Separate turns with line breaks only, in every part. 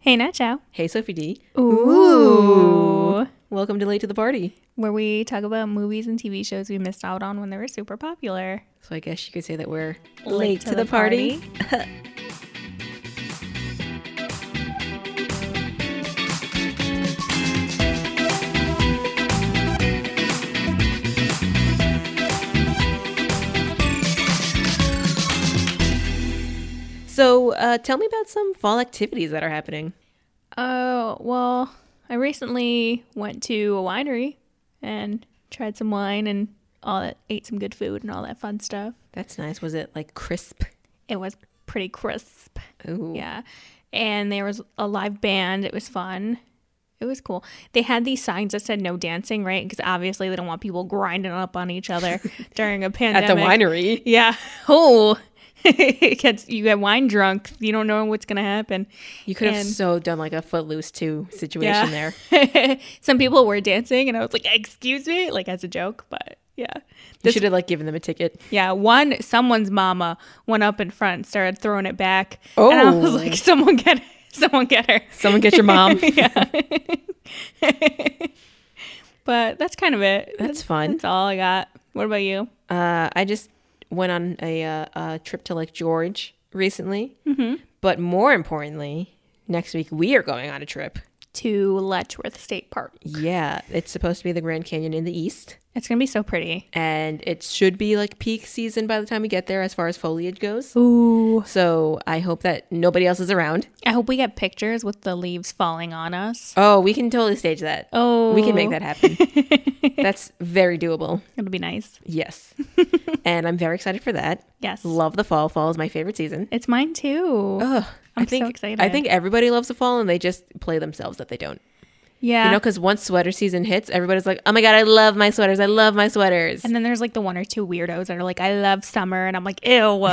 Hey Nacho.
Hey, Sophie D.
Ooh.
Welcome to Late to the Party.
Where we talk about movies and TV shows we missed out on when they were super popular.
So I guess you could say that we're late,
to the party.
So uh, tell me about some fall activities that are happening.
Oh, well, I recently went to a winery and tried some wine and all that, ate some good food and all that fun stuff.
That's nice. Was it like crisp?
It was pretty crisp.
Ooh.
Yeah. And there was a live band. It was fun. It was cool. They had these signs that said no dancing, right? Because obviously they don't want people grinding up on each other during a pandemic.
At the winery.
Yeah. Oh, it gets you get wine drunk. You don't know what's gonna happen.
You could have
And-
so done like a footloose two situation there.
there. Some people were dancing, and I was like, "Excuse me," like as a joke, but yeah.
You
This-
should have like given them a ticket.
Yeah, one someone's mama went up in front, and started throwing it back, and I was
Oh.
like, "Someone get, her. someone get her."
Someone get your mom.
yeah. but that's kind of it.
That's fun.
That's all I got. What about you?
Uh, I just went on a, uh, a trip to Lake George recently. But more importantly, next week we are going on a trip.
To Letchworth State Park.
Yeah, it's supposed to be the Grand Canyon in the east,
It's gonna be so pretty.
and it should be like peak season by the time we get there as far as foliage goes.
Ooh.
So I hope that nobody else is around.
I hope we get pictures with the leaves falling on us.
Oh, we can totally stage that.
Oh,
We can make that happen. That's very doable.
It'll be nice.
Yes. and I'm very excited for that.
Yes,
Love the fall. Fall is my favorite season.
it's mine too.
Ugh,
I'm
I think
so excited.
I think everybody loves the fall and they just play themselves that they don't.
yeah.
You know, because once sweater season hits, everybody's like, oh my God, I love my sweaters. I love my sweaters.
and then there's like the one or two weirdos that are like, "I love summer," and I'm like, "Ew,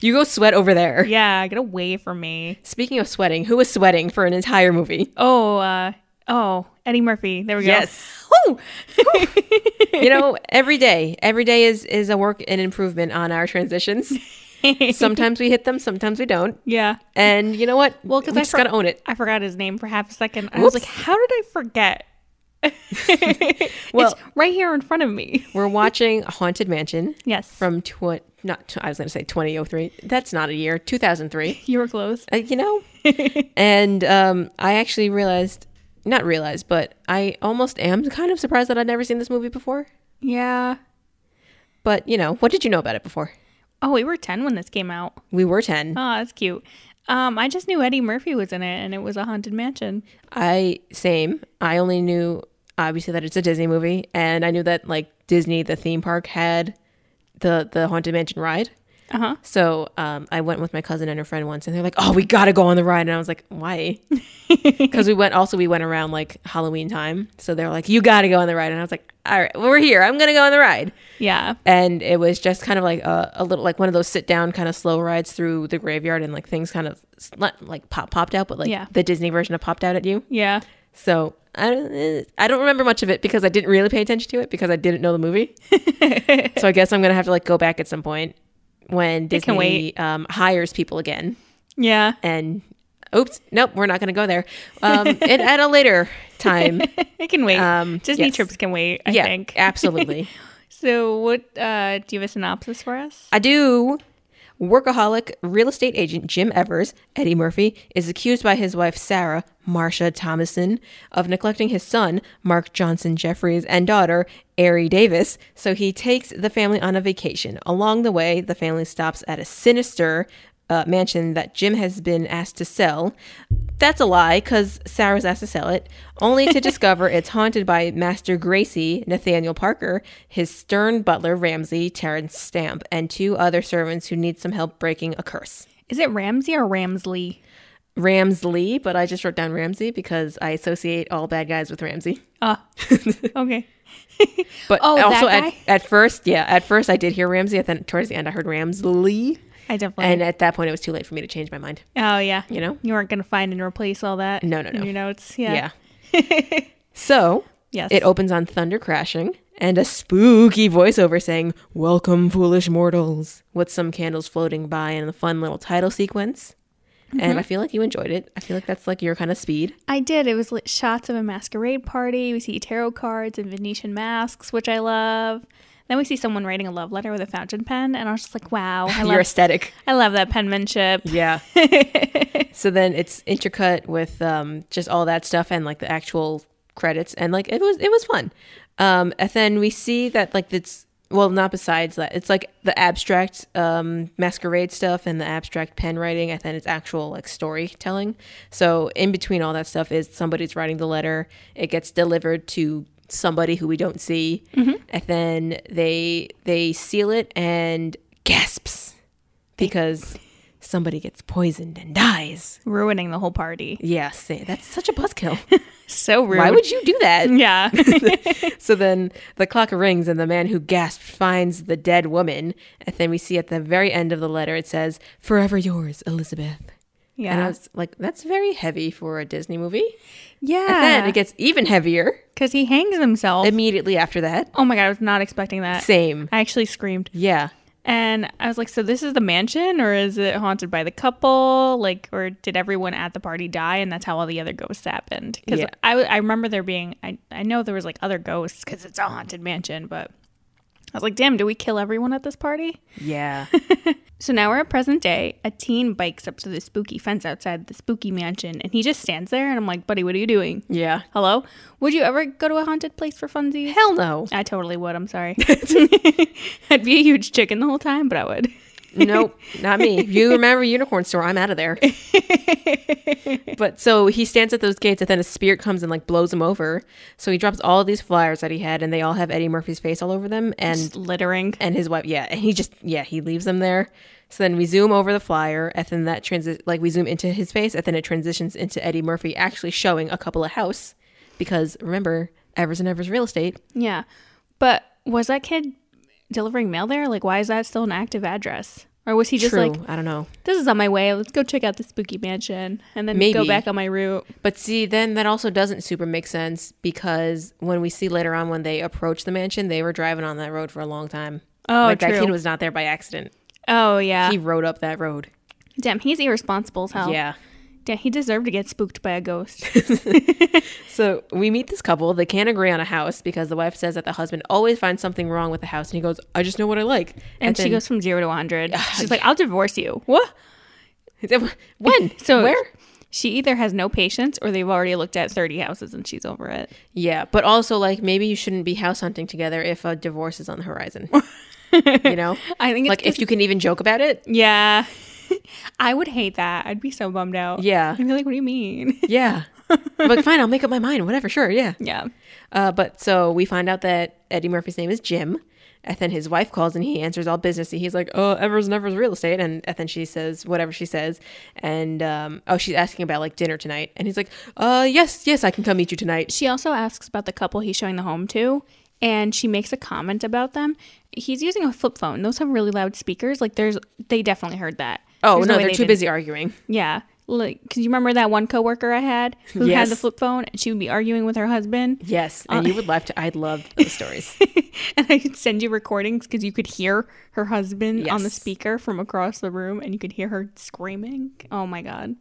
you go sweat over there.
yeah, get away from me."
Speaking of sweating, who was sweating for an entire movie?
Oh, uh, oh, Eddie Murphy. There we go.
Yes.
Woo!
You know, every day, every day is is a work and improvement on our transitions. sometimes we hit them, sometimes we don't.
yeah.
And you know what? Well,
'cause
we
I
just
for-
gotta own it.
I forgot his name for half a second. I was
Whoops.
like, "How did I forget?"
Well-
it's right here in front of me.
We're watching Haunted Mansion
Yes,
from tw- not tw- I was gonna say 2003. That's not a year. 2003.
you were close.
Uh, you know. and um, I actually realized, not realized, but I almost am kind of surprised that I'd never seen this movie before.
Yeah.
But you know, what did you know about it before?
Oh, we were ten when this came out.
We were 10.
Oh, that's cute. Um, I just knew Eddie Murphy was in it, and it was a haunted mansion.
I same. I only knew obviously that it's a Disney movie, and I knew that like Disney, the theme park had the the haunted mansion ride.
Uh huh.
So um, I went with my cousin and her friend once, and they're like, "Oh, we gotta go on the ride," and I was like, "Why?" Because we went. Also, we went around like Halloween time, so they're like, "You gotta go on the ride," and I was like, "All right, well, we're here. I'm gonna go on the ride."
Yeah.
And it was just kind of like a, a little like one of those sit down kind of slow rides through the graveyard, and like things kind of s- not like pop popped out, but like
Yeah.
the Disney version of popped out at you.
Yeah.
So I don't, eh, I don't remember much of it because I didn't really pay attention to it because I didn't know the movie. so I guess I'm gonna have to like go back at some point when
can
Disney Um, hires people again.
Yeah.
And oops, nope, we're not gonna go there. Um, and at a later time,
It can wait.
Um,
Disney
yes.
trips can wait, I
yeah,
think.
absolutely.
So, what uh, do you have a synopsis for us?
I do. Workaholic real estate agent Jim Evers, Eddie Murphy, is accused by his wife Sarah, Marcia Thomason, of neglecting his son, Mark Johnson Jeffries, and daughter, Ari Davis, so he takes the family on a vacation. Along the way, the family stops at a sinister uh, mansion that Jim has been asked to sell. That's a lie, because Sarah's asked to sell it, only to discover it's haunted by Master Gracie, Nathaniel Parker, his stern butler, Ramsey, Terrence Stamp, and two other servants who need some help breaking a curse.
Is it Ramsey or Ramsley?
Ramsley, but I just wrote down Ramsey because I associate all bad guys with Ramsey.
Ah, okay.
But
Oh, that
also
guy?
at, at first, yeah, at first I did hear Ramsey, and then towards the end I heard Ramsley,
I definitely.
and at that point it was too late for me to change my mind.
oh, yeah.
You know?
You weren't going to find and replace all that.
No, no,
in
no.
your notes. Yeah.
Yeah. so
Yes.
it opens on thunder crashing and a spooky voiceover saying, Welcome, foolish mortals, with some candles floating by and a fun little title sequence. and
Mm-hmm.
I feel like you enjoyed it. I feel like that's like your kind of speed.
I did. It was like shots of a masquerade party. We see tarot cards and Venetian masks, which I love. Then we see someone writing a love letter with a fountain pen, and I was just like, "Wow, I
your
love,
aesthetic.
I love that penmanship."
Yeah. so then it's intercut with um, just all that stuff and like the actual credits and like it was it was fun. Um, and then we see that like it's well not besides that it's like the abstract um, masquerade stuff and the abstract pen writing and then it's actual like storytelling. So in between all that stuff is somebody's writing the letter. It gets delivered to somebody who we don't see, and then they they seal it and gasps because somebody gets poisoned and dies.
Ruining the whole party.
Yeah, see, that's such a buzzkill.
So rude.
Why would you do that?
yeah.
so then the clock rings, and the man who gasped finds the dead woman. And then we see at the very end of the letter, it says, Forever yours, Elizabeth. And I
yeah.
was like, that's very heavy for a Disney movie. And then
Yeah.
it gets even heavier
Because he hangs himself.
immediately after that.
oh my God, I was not expecting that.
Same.
I actually screamed.
Yeah.
And I was like, so this is the mansion or is it haunted by the couple? Like, or did everyone at the party die and that's how all the other ghosts happened? Because
Yeah.
I, I remember there being, I, I know there was like other ghosts because it's a haunted mansion, but I was like, damn, do we kill everyone at this party?
Yeah.
So now we're at present day. A teen bikes up to the spooky fence outside the spooky mansion and he just stands there and I'm like, buddy, what are you doing?
yeah.
Hello? Would you ever go to a haunted place for funsies?
Hell no.
I totally would. I'm sorry. I'd be a huge chicken the whole time, but I would.
nope, not me. You remember Unicorn Store? I'm out of there. but so he stands at those gates, and then a spirit comes and like blows him over. So he drops all these flyers that he had, and they all have Eddie Murphy's face all over them, and
Just littering.
and his wife. Yeah, and he just yeah he leaves them there. So then we zoom over the flyer, and then that transi- like we zoom into his face, and then it transitions into Eddie Murphy actually showing a couple of house because remember Evers and Evers Real Estate.
Yeah. But was that kid delivering mail there? Like, why is that still an active address? Or was he just
True,
like,
I don't know.
this is on my way. Let's go check out the spooky mansion and then
Maybe.
go back on my route.
But see, then that also doesn't super make sense because when we see later on when they approach the mansion, they were driving on that road for a long time.
Oh,
like that
true.
kid was not there by accident.
Oh, yeah.
He rode up that road.
Damn, he's irresponsible as hell.
Yeah.
Damn, he deserved to get spooked by a ghost.
So we meet this couple. They can't agree on a house because the wife says that the husband always finds something wrong with the house, and he goes, "I just know what I like."
And, she
then-
goes from zero to 100. She's like, I'll divorce you.
"What? when?
So-
where?"
She either has no patience or they've already looked at 30 houses and she's over it.
Yeah, but also like maybe you shouldn't be house hunting together if a divorce is on the horizon. you know,
I think it's
like if you can even joke about it.
Yeah. I would hate that. I'd be so bummed out.
Yeah.
I'd be like, what do you mean?
Yeah. but fine, I'll make up my mind. Whatever, sure, yeah.
yeah.
Uh, but so we find out that Eddie Murphy's name is Jim. And then his wife calls and he answers all businessy. He's like, "Oh, Evers and Evers real estate." And, and then she says whatever she says. And um, oh, she's asking about like dinner tonight. And he's like, "Uh, yes, yes, I can come meet you tonight."
She also asks about the couple he's showing the home to, and she makes a comment about them. He's using a flip phone. Those have really loud speakers. Like, there's, they definitely heard that.
Oh
There's
no,
way
they're
they
too
didn't-
busy arguing.
Yeah. Like, cause you remember that one coworker I had who
Yes.
had the flip phone and she would be arguing with her husband,
Yes, and you would love to. I'd love those stories.
and I would send you recordings because you could hear her husband on the
Yes.
speaker from across the room, and you could hear her screaming. Oh my god,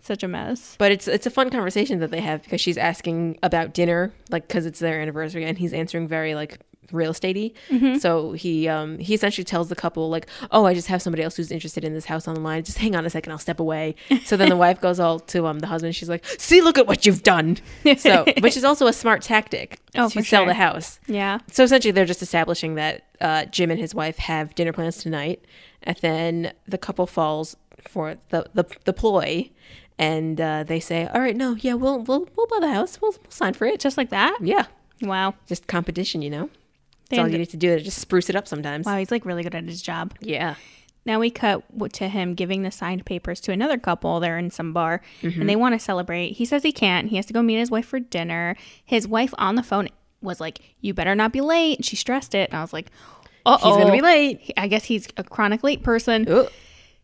such a mess.
But it's it's a fun conversation that they have because she's asking about dinner, like because it's their anniversary, and he's answering very like real estatey.
Mm-hmm.
So he um he essentially tells the couple like, "Oh, I just have somebody else who's interested in this house on the line. Just hang on a second, I'll step away." So then the wife goes all to um the husband. She's like, "See, look at what you've done." So which is also a smart tactic
Oh,
to
for
sell
sure.
the house.
Yeah.
So essentially, they're just establishing that uh, Jim and his wife have dinner plans tonight, and then the couple falls for the the, the ploy, and uh, they say, "All right, no, yeah, we'll we'll we'll buy the house, we'll, we'll sign for it."
Just like that?
Yeah,
Wow.
just competition, you know.
They
That's all
end-
you need to do. Just spruce it up sometimes.
Wow, he's like really good at his job.
Yeah,
Now we cut w- to him giving the signed papers to another couple. They're in some bar and
Mm-hmm.
they want to celebrate. He says he can't. He has to go meet his wife for dinner. His wife on the phone was like, You better not be late. She stressed it. And I was like, Uh
he's
oh.
gonna be late.
I guess he's a chronic late person.
Oh,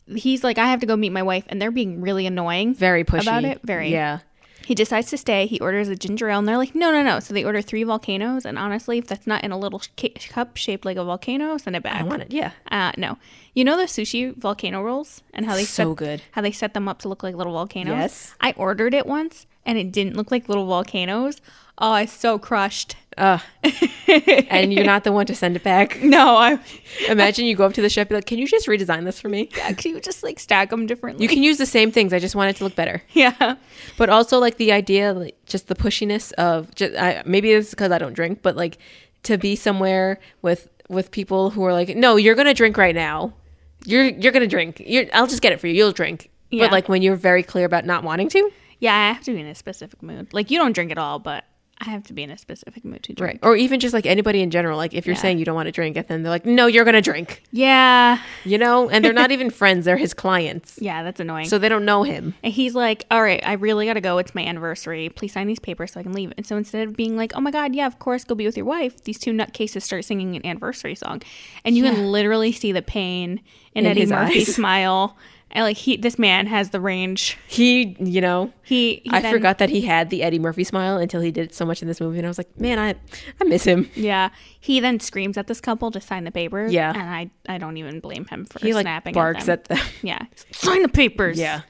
He's like, I have to go meet my wife. And they're being really annoying.
very pushy
About it? Very.
Yeah.
He's He decides to stay. He orders a ginger ale, and they're like, no, no, no. So they order three volcanoes. And honestly, if that's not in a little ca- cup shaped like a volcano, send it back.
I want it. Yeah.
Uh, no. You know the sushi volcano rolls and how they
So
set,
good.
how they set them up to look like little volcanoes.
Yes.
I ordered it once and it didn't look like little volcanoes. Oh, I so crushed.
And you're not the one to send it back.
No, I
Imagine you go up to the chef, be like, "Can you just redesign this for me?
actually you just like stack them differently.
You can use the same things. I just want it to look better."
yeah.
But also like the idea, like, just the pushiness of just I, maybe this is because I don't drink, but like to be somewhere with with people who are like, "No, you're gonna drink right now. You're you're gonna drink. You're, I'll just get it for you. You'll drink."
Yeah.
But like when you're very clear about not wanting to,
Yeah, I have to be in a specific mood. Like you don't drink at all, but I have to be in a specific mood to drink.
or even just like anybody in general, like if you're saying you don't want to drink, and then they're like, "No, you're gonna drink,"
Yeah.
you know, and they're not even friends; they're his clients,
Yeah, that's annoying.
so they don't know him.
And he's like, all right, I really got to go. It's my anniversary. Please sign these papers so I can leave. And so instead of being like, oh my God, yeah, of course, go be with your wife, these two nutcases start singing an anniversary song. And you can literally see the pain in,
In
Eddie
his
Murphy's
eyes.
smile. And like, he, this man has the range.
He, you know,
He, he
I
then-
forgot that he had the Eddie Murphy smile until he did so much in this movie, and I was like, man, I, I miss him.
Yeah. He then screams at this couple to sign the papers.
Yeah.
And I, I don't even blame him for
He like
snapping
barks
at them.
at them.
yeah. Sign the papers.
Yeah.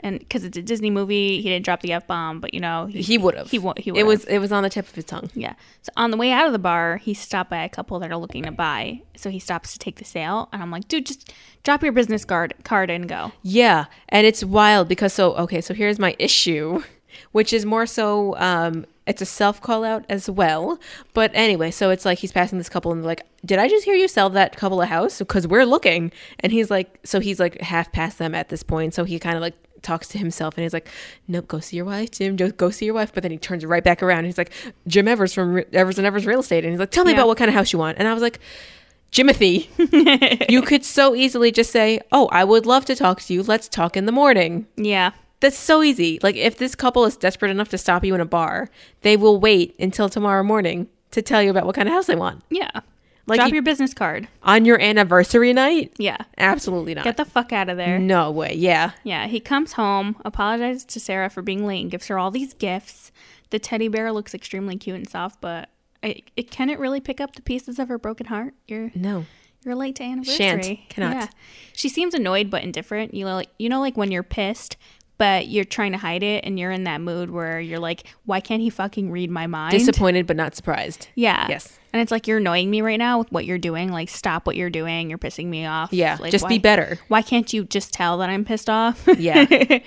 And because it's a Disney movie, he didn't drop the F bomb, but you know,
He would have.
He, wa- he would
It was it was on the tip of his tongue.
Yeah. So on the way out of the bar, he's stopped by a couple that are looking to buy. So he stops to take the sale, and I'm like, dude, just drop your business card card and go.
Yeah, and it's wild because so okay, so here's my issue, which is more so um it's a self call out as well. But anyway, so it's like he's passing this couple and they're like, "Did I just hear you sell that couple a house?" Because we're looking, and he's like, so he's like half past them at this point, so he kind of like talks to himself and he's like, "Nope, go see your wife, Jim. Just go see your wife." But then he turns right back around and he's like, "Jim Evers from Re- Evers and Evers Real Estate," and he's like, "Tell me
Yeah.
about what kind of house you want." And I was like. Jimothy, you could so easily just say, Oh, I would love to talk to you. Let's talk in the morning.
Yeah.
That's so easy. Like, if this couple is desperate enough to stop you in a bar, they will wait until tomorrow morning to tell you about what kind of house they want.
Yeah.
Like
drop
you-
your business card.
On your anniversary night?
Yeah.
Absolutely not.
Get the fuck out of there.
no way. Yeah.
Yeah. He comes home, apologizes to Sarah for being late, and gives her all these gifts. The teddy bear looks extremely cute and soft, but it, it can it really pick up the pieces of her broken heart? You're
No.
You're late to anniversary.
Cannot.
She seems annoyed but indifferent. You know, like you know, like when you're pissed, but you're trying to hide it, and you're in that mood where you're like, "Why can't he fucking read my mind?"
Disappointed, but not surprised.
yeah.
Yes.
And it's like you're annoying me right now with what you're doing. Like, stop what you're doing. You're pissing me off.
Yeah.
Like,
just be
why-
better.
Why can't you just tell that I'm pissed off?
Yeah.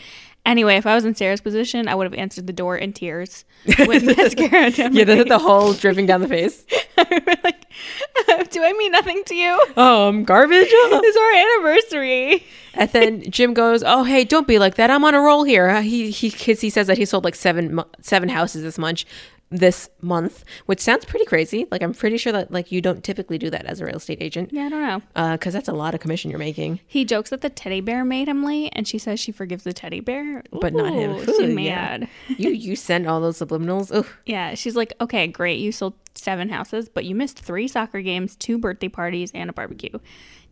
anyway, if I was in Sarah's position, I would have answered the door in tears with mascara. down my
Yeah, the,
face.
the whole dripping down the face.
like, do I mean nothing to you?
Um, garbage.
It's our anniversary.
And then Jim goes, "Oh, hey, don't be like that. I'm on a roll here." Uh, He he cause he says that he sold like seven mo- seven houses this month, this month, which sounds pretty crazy. Like I'm pretty sure that like you don't typically do that as a real estate agent,
Yeah, I don't know.
because that's a lot of commission you're making.
He jokes that the teddy bear made him late, and she says she forgives the teddy bear,
But not him.
Ooh,
Ooh,
She
yeah.
mad.
You you send all those subliminals. Ugh.
Yeah. she's like, okay, great, you sold seven houses, but you missed three soccer games, two birthday parties, and a barbecue.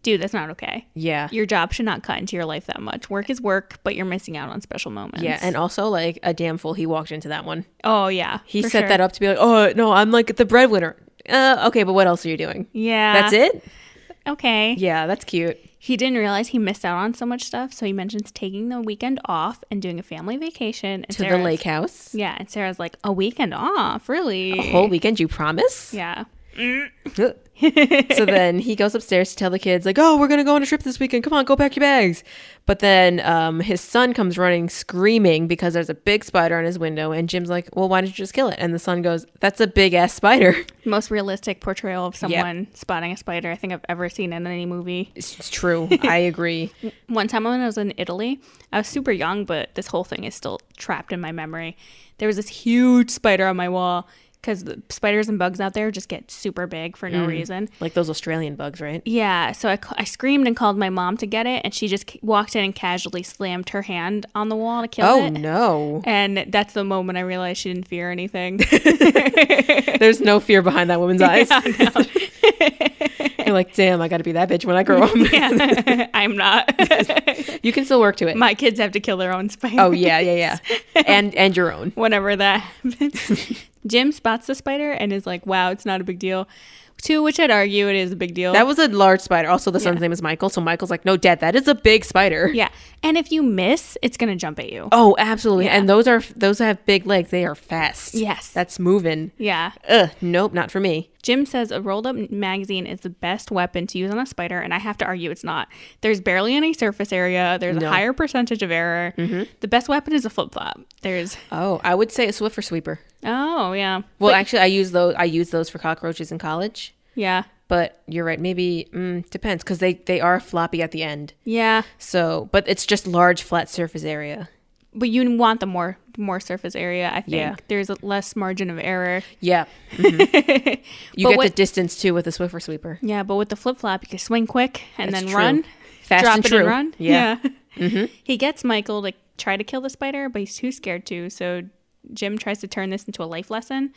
Dude, that's not okay.
Yeah.
Your job should not cut into your life that much. Work is work, but you're missing out on special moments.
yeah, and also like a damn fool he walked into that one.
oh yeah,
He set that up to be like, "Oh, no, I'm like the breadwinner." Uh, okay, but what else are you doing?
Yeah,
That's it?
Okay.
Yeah, that's cute.
He didn't realize he missed out on so much stuff, so he mentions taking the weekend off and doing a family vacation and
To the
Sarah's-
lake house.
Yeah, and Sarah's like, a weekend off, really?
The whole weekend, you promise?
Yeah.
so then he goes upstairs to tell the kids like oh we're gonna go on a trip this weekend come on go pack your bags but then um, his son comes running screaming because there's a big spider on his window and jim's like well why don't you just kill it and the son goes that's a big ass spider
most realistic portrayal of someone spotting a spider I think I've ever seen in any movie.
it's, it's true i agree
One time when I was in Italy, I was super young, but this whole thing is still trapped in my memory. There was this huge spider on my wall because the spiders and bugs out there just get super big for
Mm.
no reason.
like those australian bugs right
Yeah, so I, ca- I screamed and called my mom to get it, and she just c- walked in and casually slammed her hand on the wall to kill
oh
it.
no
And that's the moment I realized she didn't fear anything.
there's no fear behind that woman's eyes You're like, damn, I got to be that bitch when I grow up.
yeah, I'm not.
you can still work to it.
My kids have to kill their own spider.
oh yeah, yeah, yeah, and and your own.
Whenever that happens, Jim spots the spider and is like, "Wow, it's not a big deal." To which I'd argue it is a big deal.
That was a large spider. Also, the son's name is Michael, so Michael's like, no, Dad, that is a big spider.
yeah, and if you miss, it's gonna jump at you.
Oh, absolutely. And those are those have big legs. They are fast.
Yes.
that's moving.
Yeah.
Ugh, nope, not for me.
Jim says a rolled up magazine is the best weapon to use on a spider, and I have to argue it's not. There's barely any surface area, there's a higher percentage of error.
Mm-hmm.
The best weapon is a flip flop. There's,
Oh, I would say a Swiffer sweeper.
oh, yeah.
Well, actually, I use those. I use those for cockroaches in college.
Yeah.
But you're right. Maybe mm, depends because they they are floppy at the end.
Yeah.
So, but it's just large flat surface area.
But you want the more more surface area, I think.
Yeah.
There's a less margin of error.
Yeah, you
But
Mm-hmm. get the
what-
distance too with a Swiffer sweeper.
Yeah, but with the flip flop, you can swing quick and
That's
then
true.
run,
Fast
drop
and
it
true.
and run.
Yeah. Mm-hmm.
He gets Michael to try to kill the spider, but he's too scared to. So Jim tries to turn this into a life lesson.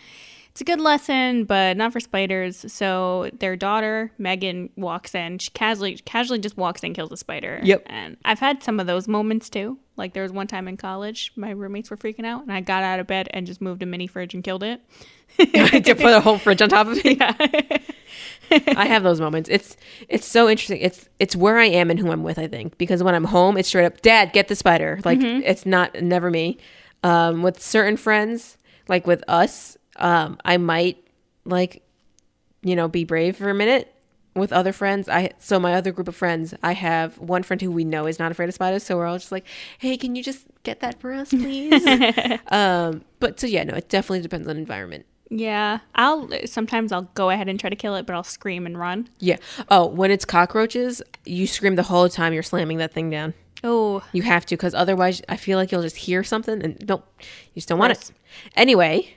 It's a good lesson, but not for spiders. So their daughter Megan walks in. She casually casually just walks in, kills a spider.
Yep.
And I've had some of those moments too. Like there was one time in college, my roommates were freaking out, and I got out of bed and just moved a mini fridge and killed it.
to put a whole fridge on top of it. I have those moments. It's it's so interesting. It's it's where I am and who I'm with. I think because when I'm home, it's straight up, Dad, get the spider. Like it's not never me. Um, with certain friends, like with us, um, I might like you know be brave for a minute. With other friends, I so my other group of friends, I have one friend who we know is not afraid of spiders, so we're all just like, "Hey, can you just get that for us, please?" um, but so yeah, no, it definitely depends on environment.
Yeah, I'll sometimes I'll go ahead and try to kill it, but I'll scream and run.
Yeah. Oh, when it's cockroaches, you scream the whole time you're slamming that thing down.
Oh,
You have to, because otherwise, I feel like you'll just hear something and nope, you just don't want it. Anyway,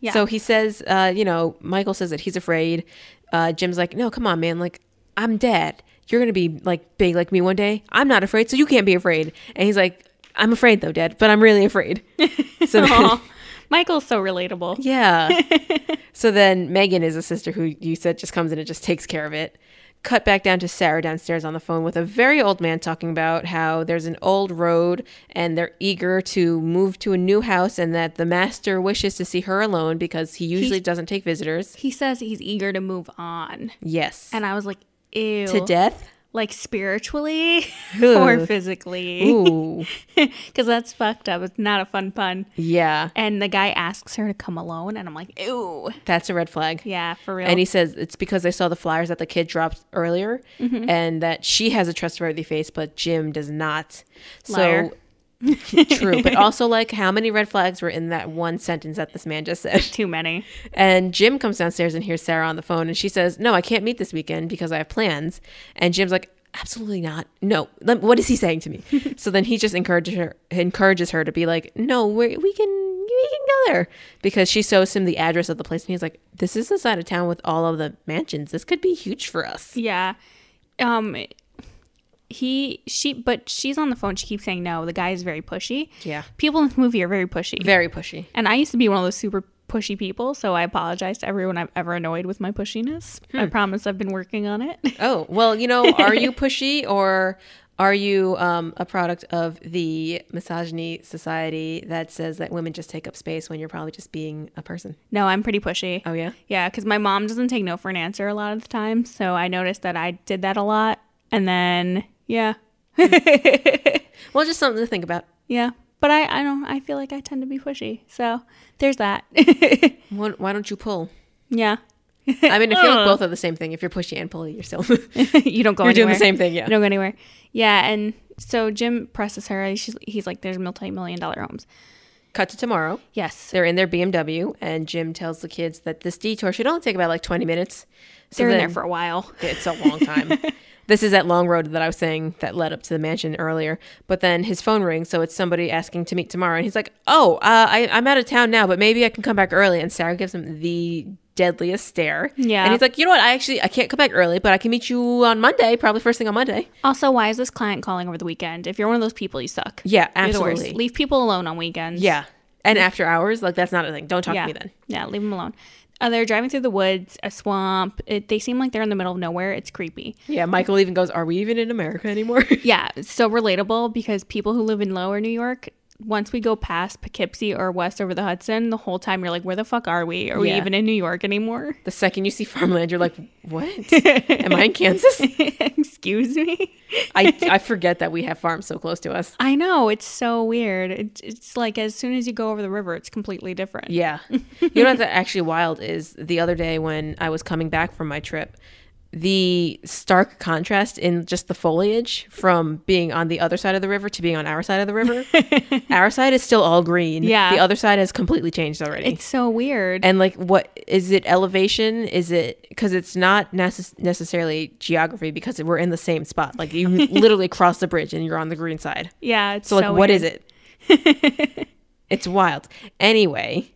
Yeah.
So he says, uh, you know, Michael says that he's afraid. Uh, Jim's like, no, come on, man. Like, I'm dead. You're gonna be like big like me one day. I'm not afraid, so you can't be afraid. And he's like, I'm afraid though, Dad, but I'm really afraid. So then-
Aw. Michael's so relatable.
yeah. so then Megan is a sister who you said just comes in and just takes care of it. Cut back down to Sarah downstairs on the phone with a very old man talking about how there's an old road and they're eager to move to a new house and that the master wishes to see her alone because he usually doesn't take visitors.
He says he's eager to move on,
Yes.
and I was like, ew,
to death?
like spiritually
Ooh.
or physically,
Ooh.
because that's fucked up. It's not a fun pun.
yeah.
And the guy asks her to come alone, and I'm like, ew,
That's a red flag.
yeah, for real.
And he says it's because they saw the flyers that the kid dropped earlier
Mm-hmm.
and that she has a trustworthy face, but Jim does not.
Liar.
So true. But also, like, how many red flags were in that one sentence that this man just said?
Too many.
And Jim comes downstairs and hears Sarah on the phone and she says, No, I can't meet this weekend because I have plans. And Jim's like, Absolutely not. No. Let- What is he saying to me? so then he just encourages her encourages her to be like, No, we we can we can go there. Because she shows him the address of the place and he's like, This is the side of town with all of the mansions. This could be huge for us.
Yeah. Um he she but she's on the phone, she keeps saying no. The guy is very pushy.
Yeah.
People in this movie are very pushy.
Very pushy.
and I used to be one of those super pushy people, so I apologize to everyone I've ever annoyed with my pushiness. I
Hmm.
promise I've been working on it.
Oh, well, you know, are you pushy or are you um, a product of the misogyny society that says that women just take up space when you're probably just being a person?
no, I'm pretty pushy.
Oh, yeah?
Yeah, because my mom doesn't take no for an answer a lot of the time, so I noticed that I did that a lot, and then yeah,
Well, just something to think about.
yeah. But I, I don't. I feel like I tend to be pushy, so there's that.
What, why don't you pull?
yeah,
I mean, I feel like both are the same thing. If you're pushy and pull, you're still you're
you don't go. You're
doing the same thing, yeah.
I don't go anywhere. Yeah, and so Jim presses her. She's, he's like, "There's multi-million dollar homes."
Cut to tomorrow.
Yes,
They're in their BMW, and Jim tells the kids that this detour should only take about like 20 minutes. So
they're in there
then-
for a while.
It's a long time. this is that long road that I was saying that led up to the mansion earlier. But then his phone rings, so it's somebody asking to meet tomorrow, and he's like, "Oh, uh, I, I'm out of town now, but maybe I can come back early." And Sarah gives him the deadliest stare.
Yeah.
and he's like, "You know what? I actually I can't come back early, but I can meet you on Monday, probably first thing on Monday."
Also, why is this client calling over the weekend? If you're one of those people, you suck.
Yeah,
You're the worst.
absolutely.
Leave people alone on weekends.
Yeah, and after hours, like that's not a thing. Don't talk
Yeah.
to me then.
Yeah, leave them alone. Uh, they're driving through the woods, a swamp. It, they seem like they're in the middle of nowhere. It's creepy.
Yeah, Michael even goes, Are we even in America anymore?
Yeah, it's so relatable because people who live in lower New York, once we go past Poughkeepsie or west over the Hudson, the whole time you're like, where the fuck are we? Are we
Yeah.
even in New York anymore?
the second you see farmland, you're like, What? Am I in Kansas?
Excuse me?
I, I forget that we have farms so close to us.
I know, it's so weird. It, it's like as soon as you go over the river, it's completely different.
Yeah. you know what's actually wild is the other day when I was coming back from my trip, the stark contrast in just the foliage from being on the other side of the river to being on our side of the river. our side is still all green.
Yeah.
The other side has completely changed already.
It's so weird.
and like what is it elevation is it because it's not necess- necessarily geography because we're in the same spot like you literally cross the bridge and you're on the green side
yeah, it's
so like, what is it? it's wild. Anyway,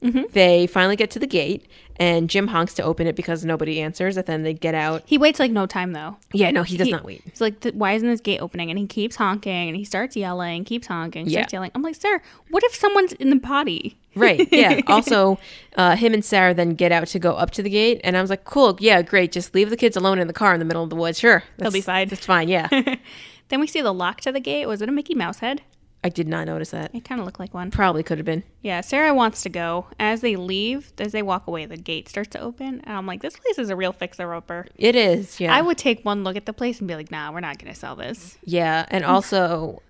they finally get to the gate, and Jim honks to open it because nobody answers. And then they get out.
He waits like no time though.
Yeah, no, he does not wait.
He's like, "Th- why isn't this gate opening? And he keeps honking and he starts yelling, keeps honking,
Yeah.
starts yelling. I'm like, sir, what if someone's in the potty?
Right. Yeah. also, uh, him and Sarah then get out to go up to the gate, and I was like, "Cool. Yeah, great. Just leave the kids alone in the car in the middle of the woods. Sure,
They'll be
that's-
fine."
That's fine. Yeah,
Then we see the lock to the gate. Was it a Mickey Mouse head?
I did not notice that.
It kind of looked like one.
Probably could have been.
Yeah, Sarah wants to go. As they leave, as they walk away, the gate starts to open. And I'm like, this place is a real fixer-upper.
It is. Yeah.
I would take one look at the place and be like, nah, we're not going to sell this.
Yeah, and also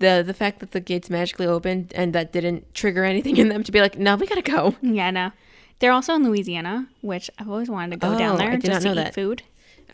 the the fact that the gates magically opened and that didn't trigger anything in them to be like, no, we gotta go.
Yeah, no. They're also in Louisiana, which I've always wanted to go
Oh,
down there
I did
just
not
to
know
eat
that.
food.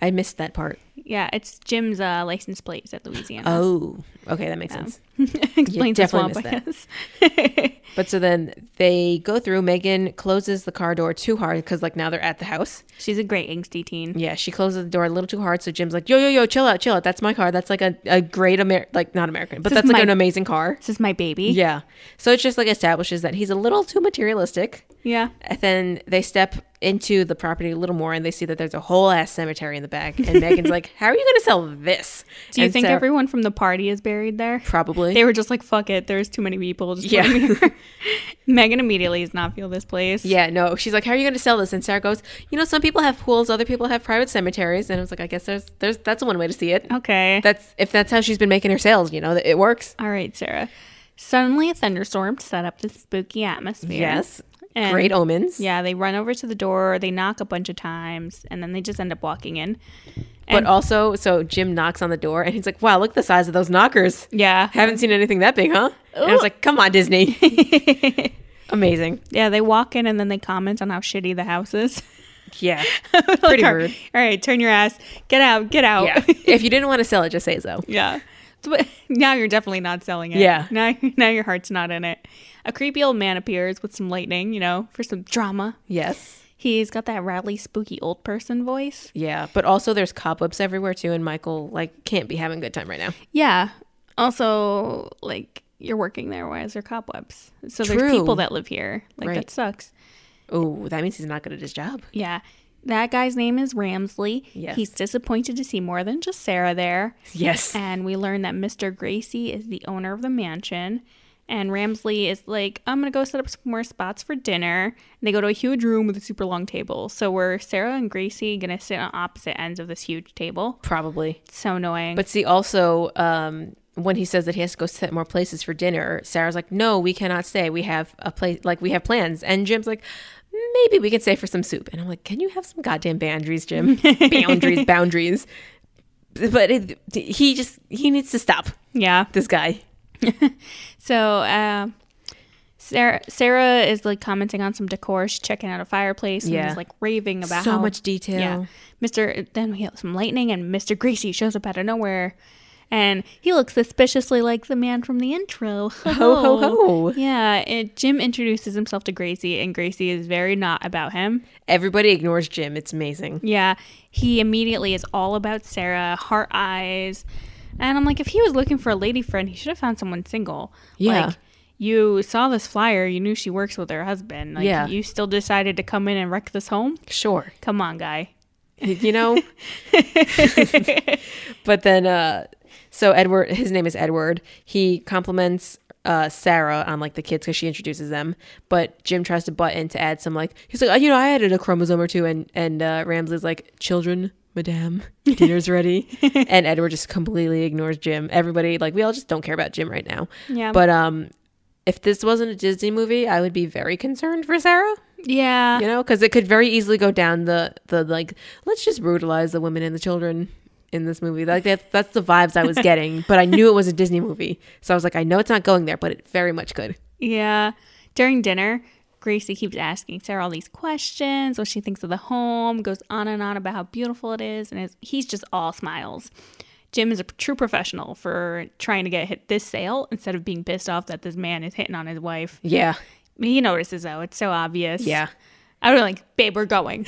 I missed that part.
Yeah, it's Jim's uh, license plate is at Louisiana.
Oh, okay, that makes sense.
Explains the swamp,
definitely
I guess.
But so then they go through. Megan closes the car door too hard because like now they're at the house.
She's a great angsty teen.
Yeah, she closes the door a little too hard. So Jim's like, yo, yo, yo, chill out, chill out. That's my car. That's like a, a great Amer like not American, but
This is
that's like
my-
an amazing car.
This is my baby.
Yeah. So it just like establishes that he's a little too materialistic.
Yeah.
And then they step into the property a little more and they see that there's a whole ass cemetery in the back. And Megan's like, How are you going to sell this?
Do you
And
think
Sarah-
everyone from the party is buried there?
Probably.
They were just like, fuck it, there's too many people. Just
Yeah.
put 'em here. Megan immediately does not feel this place.
yeah, no. She's like, How are you going to sell this? And Sarah goes, You know, some people have pools, other people have private cemeteries. And I was like, I guess there's, there's, that's one way to see it.
Okay.
That's, if that's how she's been making her sales, you know, it works.
All right, Sarah. Suddenly, a thunderstorm set up this spooky atmosphere.
Yes.
And-
Great omens.
Yeah, they run over to the door, they knock a bunch of times, and then they just end up walking in.
But also, so Jim knocks on the door and he's like, Wow, look at the size of those knockers.
Yeah.
Haven't seen anything that big, huh? And I was like, Come on, Disney. Amazing.
Yeah, they walk in and then they comment on how shitty the house is.
Yeah.
Like,
Pretty
"All right,
rude.
All right, turn your ass. Get out. Get out.
Yeah. if you didn't want to sell it, just say so.
Yeah. So, but now you're definitely not selling it.
Yeah.
Now, now your heart's not in it. A creepy old man appears with some lightning, you know, for some drama.
Yes.
He's got that rattly, spooky old person voice.
Yeah. But also there's cobwebs everywhere too, and Michael like can't be having a good time right now.
Yeah. Also, like, you're working there. Why is there cobwebs? So there's
True.
people that live here. Like,
Right.
that sucks.
Oh, that means he's not good at his job.
Yeah. That guy's name is Ramsley.
Yes.
He's disappointed to see more than just Sarah there.
Yes.
And we learn that Mr. Gracie is the owner of the mansion. And Ramsley is like, I'm going to go set up some more spots for dinner. And they go to a huge room with a super long table. So we're Sarah and Gracie going to sit on opposite ends of this huge table.
Probably.
So annoying.
But see, also, um, when he says that he has to go set more places for dinner, Sarah's like, No, we cannot stay. We have a place like we have plans. And Jim's like, Maybe we can stay for some soup. And I'm like, Can you have some goddamn boundaries, Jim? boundaries, boundaries. But it, he just he needs to stop
yeah.
this guy.
So uh, Sarah, Sarah is like commenting on some decor. She's checking out a fireplace and
Yeah.
is like raving about
so
how
much detail.
Yeah. Mr. Then we have some lightning, and Mr. Gracie shows up out of nowhere. And he looks suspiciously like the man from the intro. Ho,
ho, ho.
Yeah. And Jim introduces himself to Gracie, and Gracie is very not about him.
Everybody ignores Jim. It's amazing.
Yeah. He immediately is all about Sarah, heart eyes. And I'm like, if he was looking for a lady friend, he should have found someone single.
Yeah.
Like, you saw this flyer, you knew she works with her husband. Like,
Yeah.
you still decided to come in and wreck this home?
Sure.
Come on, guy.
You know? but then uh so Edward his name is Edward. He compliments uh, Sarah on like the kids because she introduces them. But Jim tries to butt in to add some like he's like, oh, you know, I added a chromosome or two, and and uh, Ramsley's like, children, madame, dinner's ready, and Edward just completely ignores Jim. Everybody like we all just don't care about Jim right now.
Yeah.
But um, if this wasn't a Disney movie, I would be very concerned for Sarah.
yeah.
You know, because it could very easily go down the the like let's just brutalize the women and the children in this movie. Like that, that's the vibes I was getting, but I knew it was a Disney movie, so I was like, I know it's not going there, but it very much could.
Yeah. During dinner, Gracie keeps asking Sarah all these questions, what she thinks of the home, goes on and on about how beautiful it is, and is, he's just all smiles. Jim is a true professional for trying to get hit this sale instead of being pissed off that this man is hitting on his wife.
Yeah,
He notices though; it's so obvious.
yeah,
I would like, babe, we're going.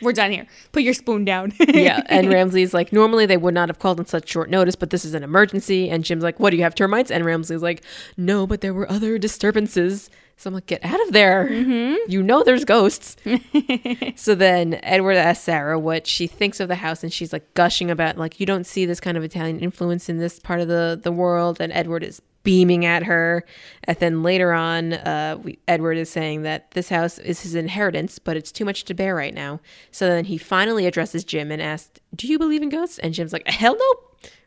we're done here. Put your spoon down.
yeah. And Ramsey's like, normally they would not have called on such short notice, but this is an emergency. And Jim's like, what do you have termites? And Ramsey's like, no, but there were other disturbances. So I'm like, get out of there. You know there's ghosts. So then Edward asks Sarah what she thinks of the house, and she's like gushing about like you don't see this kind of Italian influence in this part of the the world. And Edward is beaming at her. And then later on, uh, we, Edward is saying that this house is his inheritance, but it's too much to bear right now. So then he finally addresses Jim and asks, "Do you believe in ghosts?" And Jim's like, "Hell no."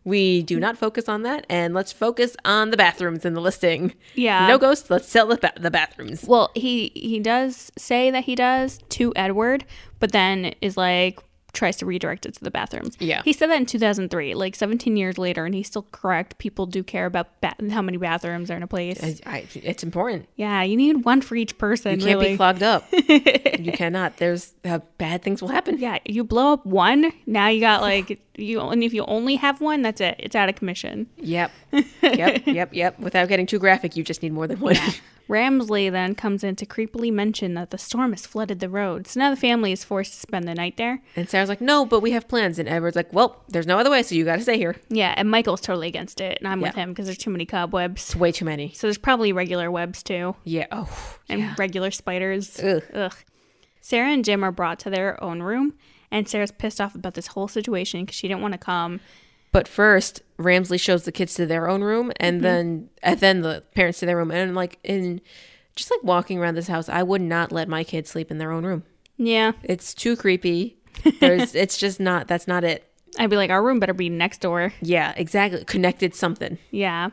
We do not focus on that, and let's focus on the bathrooms in the listing.
Yeah.
no ghosts. Let's sell the, ba- the bathrooms.
Well, he he does say that he does to Edward, but then is like tries to redirect it to the bathrooms.
Yeah.
He said that in 2003, like 17 years later, and he's still correct. People do care about ba- how many bathrooms are in a place.
I, I, it's important.
yeah, you need one for each person.
You can't
really.
be clogged up. you cannot. There's uh, bad things will happen.
yeah, you blow up one, now you got like you and if you only have one, that's it. It's out of commission.
Yep. Yep. yep. Yep. Without getting too graphic, you just need more than one.
Ramsley then comes in to creepily mention that the storm has flooded the road, so now the family is forced to spend the night there.
and Sarah's like, no, but we have plans. And Edward's like, well, there's no other way, so you got to stay here.
Yeah, and Michael's totally against it, and I'm with
Yeah.
him because there's too many cobwebs.
It's way too many.
So there's probably regular webs too,
Yeah. Oh.
and regular spiders.
Ugh.
Sarah and Jim are brought to their own room, and Sarah's pissed off about this whole situation because she didn't want to come.
But first, Ramsley shows the kids to their own room, and then and then the parents to their room, and like in just like walking around this house, I would not let my kids sleep in their own room.
Yeah,
It's too creepy. There's. it's just not. That's not it.
I'd be like, our room better be next door.
Yeah. Exactly. Connected something.
Yeah.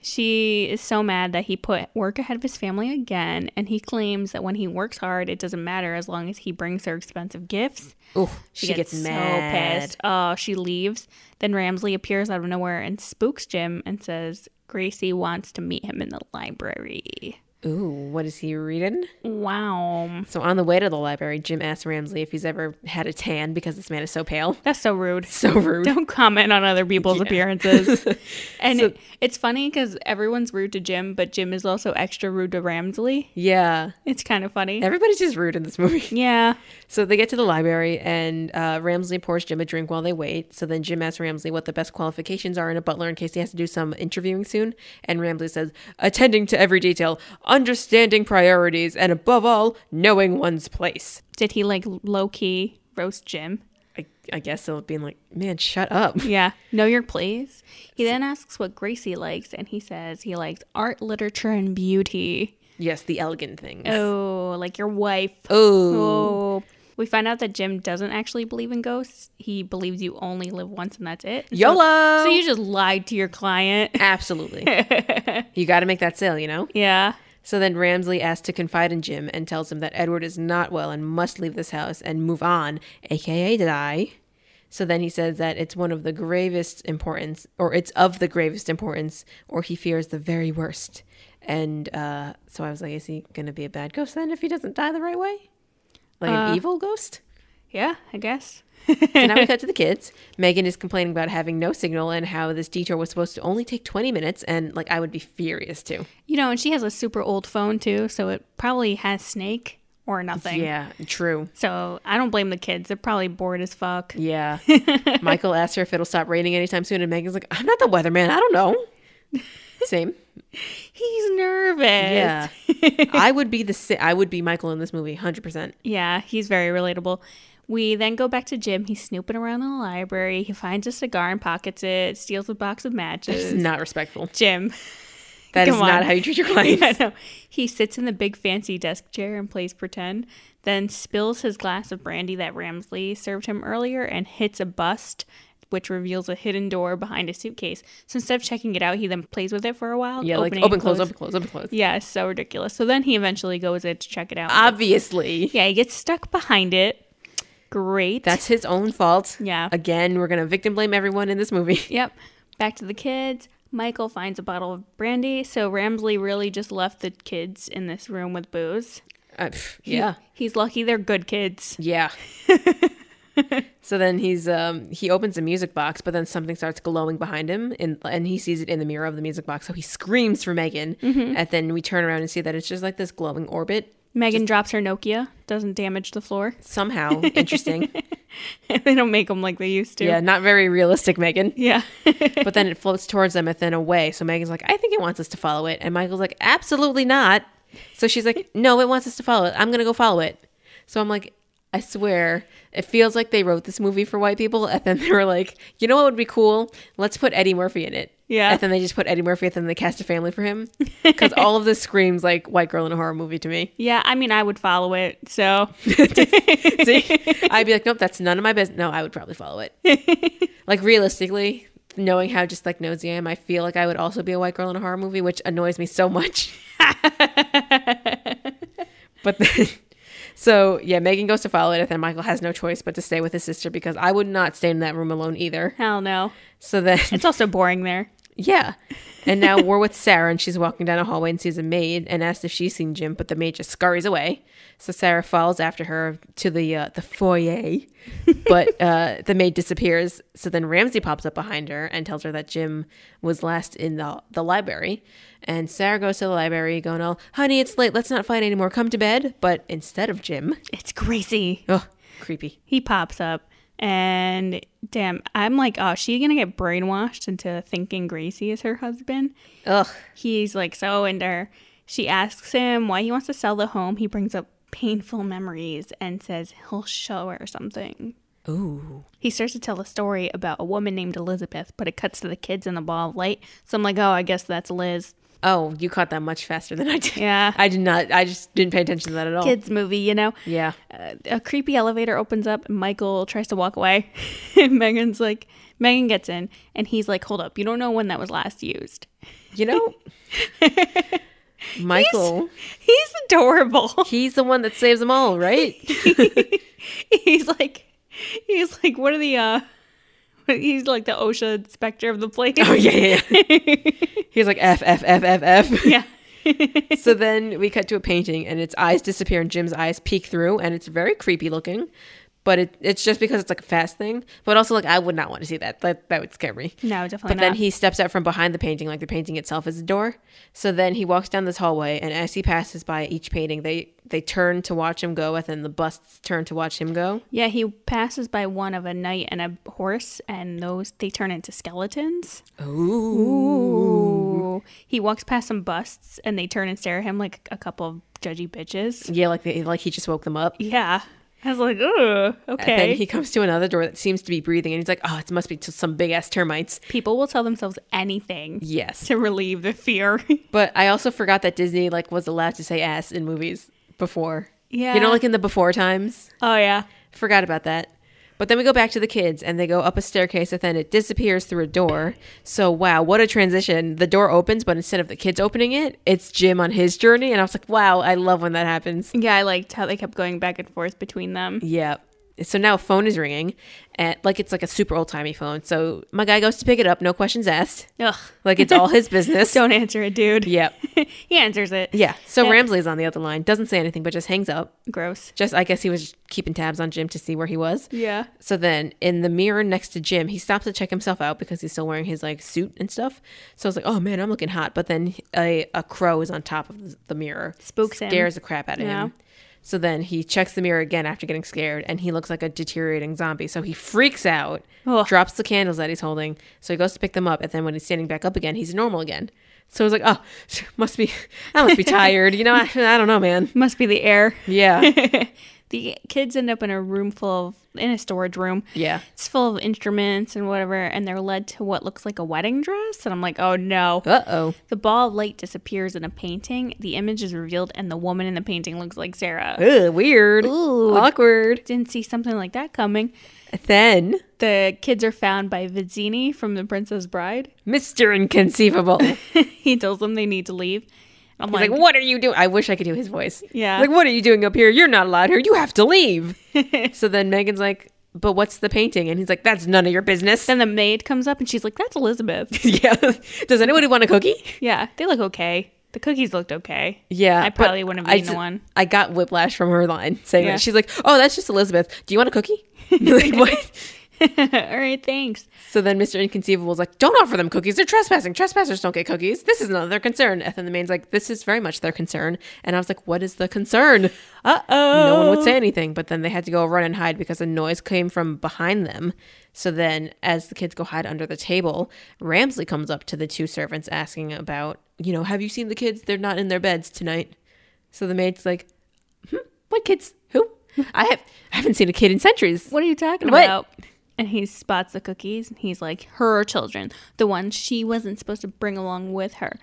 She is so mad that he put work ahead of his family again, and he claims that when he works hard, it doesn't matter as long as he brings her expensive gifts.
Ooh, she, gets,
so
mad.
pissed. Oh, she leaves. Then Ramsley appears out of nowhere and spooks Jim and says Gracie wants to meet him in the library.
Ooh, what is he reading?
Wow.
So on the way to the library, Jim asks Ramsley if he's ever had a tan because this man is so pale.
That's so rude.
So rude.
Don't comment on other people's appearances. and it- it's funny because everyone's rude to Jim, but Jim is also extra rude to Ramsley.
Yeah.
It's kind of funny.
Everybody's just rude in this movie.
Yeah.
So they get to the library and uh, Ramsley pours Jim a drink while they wait. So then Jim asks Ramsley what the best qualifications are in a butler in case he has to do some interviewing soon. And Ramsley says, attending to every detail, understanding priorities, and above all, knowing one's place.
Did he like low key roast Jim?
I, I guess it'll be like, man, shut up.
Yeah. Know your place. He then asks what Gracie likes, and he says he likes art, literature, and beauty.
yes, the elegant things.
Oh, like your wife.
Oh.
Oh. We find out that Jim doesn't actually believe in ghosts. He believes you only live once and that's it. So-
YOLO!
So, you just lied to your client.
Absolutely. you got to make that sale, you know?
Yeah.
So then Ramsley asks to confide in Jim and tells him that Edward is not well and must leave this house and move on, aka die. So then he says that it's one of the gravest importance, or it's of the gravest importance, or he fears the very worst. And uh, so I was like, is he going to be a bad ghost then if he doesn't die the right way? Like an evil ghost?
Yeah, I guess.
So now we cut to the kids. Megan is complaining about having no signal and how this detour was supposed to only take 20 minutes. And like, I would be furious too.
You know, and she has a super old phone too, so it probably has snake or nothing.
Yeah, true.
So I don't blame the kids. They're probably bored as fuck.
Yeah. Michael asks her if it'll stop raining anytime soon. And Megan's like, I'm not the weatherman. I don't know. Same.
He's nervous.
Yeah. I would be the, si- I would be Michael in this movie, 100%.
Yeah, he's very relatable. We then go back to Jim. He's snooping around the library. He finds a cigar and pockets it, steals a box of
It's
matches.
not respectful.
Jim.
That is
Come
not
on.
how you treat your clients.
I know. He sits in the big fancy desk chair and plays pretend, then spills his glass of brandy that Ramsley served him earlier and hits a bust, which reveals a hidden door behind a suitcase. So instead of checking it out, he then plays with it for a while.
Yeah, like
opening
open
and
close,
close-
open close, open close.
Yeah, it's so ridiculous. So then he eventually goes in to check it out.
Uh, Obviously.
yeah, he gets stuck behind it. Great.
That's his own fault.
Yeah.
Again, we're gonna victim blame everyone in this movie.
Yep. Back to the kids. Michael finds a bottle of brandy, so Ramsley really just left the kids in this room with booze.
Uh, pff,
He-
yeah.
he's lucky they're good kids.
Yeah. so then he's um he opens the music box, but then something starts glowing behind him, and and he sees it in the mirror of the music box. So he screams for Megan, and then we turn around and see that it's just like this glowing orbit
Megan drops her Nokia, doesn't damage the floor.
somehow. Interesting.
they don't make them like they used to.
yeah, not very realistic, Megan.
Yeah.
But then it floats towards them and then away. So Megan's like, I think it wants us to follow it, and Michael's like, absolutely not. So she's like, No, it wants us to follow it. I'm gonna go follow it. So I'm like. I swear, it feels like they wrote this movie for white people, and then they were like, "You know what would be cool? Let's put Eddie Murphy in it."
Yeah.
And then they just put Eddie Murphy, and then they cast a family for him, because all of this screams like white girl in a horror movie to me.
yeah, I mean, I would follow it. So,
See, I'd be like, "Nope, that's none of my business." No, I would probably follow it. like realistically, knowing how just like nosy I am, I feel like I would also be a white girl in a horror movie, which annoys me so much. but then, so yeah, Megan goes to follow it, and then Michael has no choice but to stay with his sister because I would not stay in that room alone either.
hell no.
So then,
It's also boring there.
yeah. And now we're with Sarah, and she's walking down a hallway and sees a maid and asks if she's seen Jim, but the maid just scurries away. So Sarah follows after her to the uh, the foyer, but uh, the maid disappears. So then Ramsey pops up behind her and tells her that Jim was last in the the library. And Sarah goes to the library, going all, "Honey, it's late. Let's not fight anymore. Come to bed." But instead of Jim,
It's crazy.
oh, creepy.
He pops up, and damn, I'm like, oh, she going to get brainwashed into thinking Gracie is her husband?
Ugh.
He's like so into her. She asks him why he wants to sell the home. He brings up painful memories and says he'll show her something.
Ooh.
He starts to tell a story about a woman named Elizabeth, but it cuts to the kids in the ball of light. So I'm like, oh, I guess that's Liz.
Oh, you caught that much faster than I did.
Yeah.
I did not. I just didn't pay attention to that at all.
Kids movie, you know?
Yeah.
Uh, a creepy elevator opens up and Michael tries to walk away. and Megan's like, Megan gets in and he's like, hold up, you don't know when that was last used.
You know, Michael,
He's adorable.
he's, the one that saves them all, right?
he's like he's like one of the uh he's like the OSHA inspector of the place.
oh, yeah, yeah, yeah. He's like F, F, F, F, F.
yeah.
so then we cut to a painting and its eyes disappear and Jim's eyes peek through and it's very creepy looking. But it, it's just because it's like a fast thing. But also, like, I would not want to see that. That, that would scare me.
No, definitely
But
not.
then he steps out from behind the painting, like the painting itself is a door. So then he walks down this hallway, and as he passes by each painting, they they turn to watch him go, and then the busts turn to watch him go.
yeah, he passes by one of a knight and a horse and those they turn into skeletons. Ooh. He walks past some busts and they turn and stare at him like a couple of judgy bitches.
Yeah, like they, like he just woke them up.
Yeah. I was like, "Ugh,
And
okay."
then he comes to another door that seems to be breathing, and he's like, "Oh, it must be t- some big ass termites."
People will tell themselves anything
Yes,
to relieve the fear.
but I also forgot that Disney like was allowed to say ass in movies before.
Yeah.
you know, like in the before times.
oh yeah.
Forgot about that. But then we go back to the kids, and they go up a staircase, and then it disappears through a door. So wow, what a transition! The door opens, but instead of the kids opening it, it's Jim on his journey, and I was like, "Wow, I love when that happens."
Yeah, I liked how they kept going back and forth between them.
Yeah. So now a phone is ringing, and like it's like a super old timey phone. So my guy goes to pick it up, no questions asked.
Ugh.
Like it's all his business.
Don't answer it, dude.
yep.
he answers it.
Yeah. So
Yeah.
Ramsley's on the other line, doesn't say anything, but just hangs up.
Gross.
Just I guess he was keeping tabs on Jim to see where he was.
Yeah.
So then in the mirror next to Jim, he stops to check himself out because he's still wearing his like suit and stuff. So I was like, oh man, I'm looking hot. But then a, a crow is on top of the mirror.
Spooks him.
Scares the crap out of
Yeah.
him. So then he checks the mirror again after getting scared and he looks like a deteriorating zombie. So he freaks out,
Ugh.
drops the candles that he's holding. So he goes to pick them up. And then when he's standing back up again, he's normal again. So I was like, oh, must be, I must be tired. You know, I, I don't know, man.
Must be the air.
Yeah.
the kids end up in a room full of in a storage room.
Yeah.
It's full of instruments and whatever, and they're led to what looks like a wedding dress. And I'm like, oh no.
Uh oh.
The ball of light disappears in a painting. The image is revealed, and the woman in the painting looks like Sarah.
Weird.
Ooh.
Awkward.
Didn't see something like that coming.
Then,
The kids are found by Vizzini from The Princess Bride.
Mr. Inconceivable.
Oh
He's
he tells them they need to leave. I'm
like, what are you doing? I wish I could do his voice.
Yeah.
Like, what are you doing up here? You're not allowed here. You have to leave. so then Megan's like, but what's the painting? And he's like, that's none of your business.
then the maid comes up and she's like, that's Elizabeth.
yeah. Does anybody want a cookie?
yeah, they look okay. The cookies looked okay.
Yeah.
I
but
probably wouldn't have
I
been the
ju-
one.
I got whiplash from her line saying
Yeah.
that. She's like, oh, that's just Elizabeth. Do you want a cookie? like, what?
All right, thanhanks.
So then Mr. Inconceivable's like, don't offer them cookies. They're trespassing. Trespassers don't get cookies. This is not their concern. And then the maid's like, this is very much their concern. And I was like, what is the concern?
Uh oh.
No one would say anything. But then they had to go run and hide because a noise came from behind them. So then, as the kids go hide under the table, Ramsley comes up to the two servants asking about, you know, have you seen the kids? They're not in their beds tonight. So the maid's like, hmm, what kids? Who? I, have, I haven't seen a kid in centuries.
What are you talking
What?
about? And he spots the cookies and he's like, her children, the ones she wasn't supposed to bring along with her,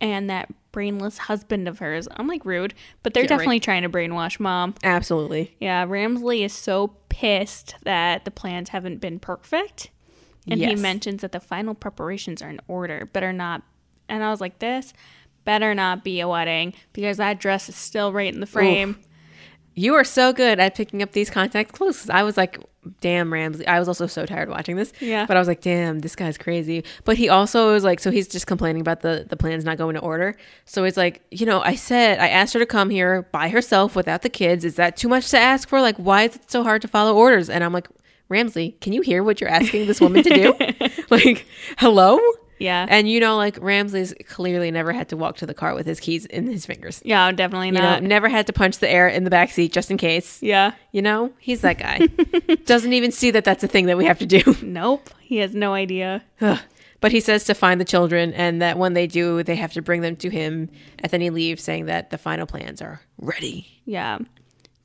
and that brainless husband of hers. I'm like, rude, but they're
Yeah, right.
definitely trying to brainwash mom.
Absolutely.
Yeah, Ramsley is so pissed that the plans haven't been perfect. And he
Yes.
mentions that the final preparations are in order, better not. And I was like, this better not be a wedding because that dress is still right in the frame.
You are so good at picking up these contact clues. 'Cause I was like, damn, Ramsey. I was also so tired watching this.
Yeah.
But I was like, damn, this guy's crazy. But he also was like, so he's just complaining about the, the plans not going to order. So he's like, you know, I said, I asked her to come here by herself without the kids. Is that too much to ask for? Like, why is it so hard to follow orders? And I'm like, Ramsley, can you hear what you're asking this woman to do? like, hello?
Yeah.
And you know, like, Ramsley's clearly never had to walk to the car with his keys in his fingers.
yeah, definitely
You
not.
know, never had to punch the air in the back seat just in case.
yeah.
You know, he's that guy. Doesn't even see that that's a thing that we have to do.
Nope. He has no idea.
Ugh. but he says to find the children and that when they do, they have to bring them to him. And then he leaves saying that the final plans are ready.
Yeah.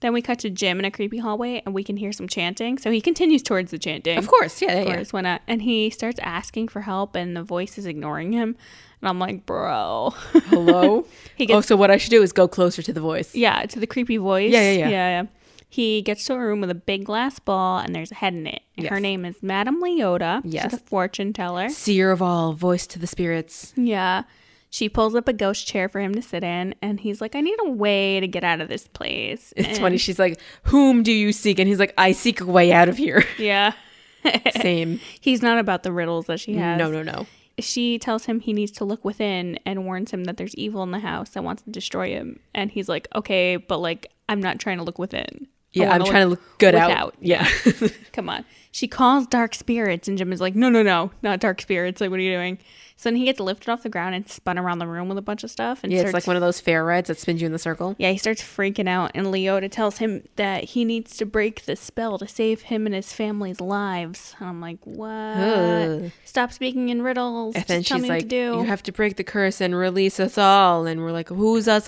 Then we cut to Jim in a creepy hallway and we can hear some chanting. So he continues towards the chanting.
Of course. Yeah.
Of
yeah, yeah.
course, why not? And he starts asking for help and the voice is ignoring him. And I'm like, bro.
Hello?
He gets-
oh, so what I should do is go closer to the voice.
yeah, to the creepy voice.
Yeah, yeah, yeah.
He gets to a room with a big glass ball and there's a head in it. And Her
Yes.
name is Madame Leota.
Yes.
She's a fortune teller.
Seer of all, voice to the spirits.
Yeah. She pulls up a ghost chair for him to sit in and he's like, I need a way to get out of this place.
It's
And-
funny. She's like, Whom do you seek? And he's like, I seek a way out of here.
Yeah.
Same.
He's not about the riddles that she has.
No, no, no.
she tells him he needs to look within and warns him that there's evil in the house that wants to destroy him. And he's like, okay, but like, I'm not trying to look within.
Yeah, I'm trying to look good
without,
out. Yeah.
to. Come on. She calls dark spirits, and Jim is like, no, no, no, not dark spirits. Like, what are you doing? So then he gets lifted off the ground and spun around the room with a bunch of stuff. And
yeah. It's
starts-
like one of those fair rides that spins you in the circle.
yeah, he starts freaking out, and Leota tells him that he needs to break the spell to save him and his family's lives. And I'm like, what?
Ugh.
Stop speaking in riddles.
And then
Just tell
she's
me
like,
what to do.
"You have to break the curse and release us all." And we're like, "Who's us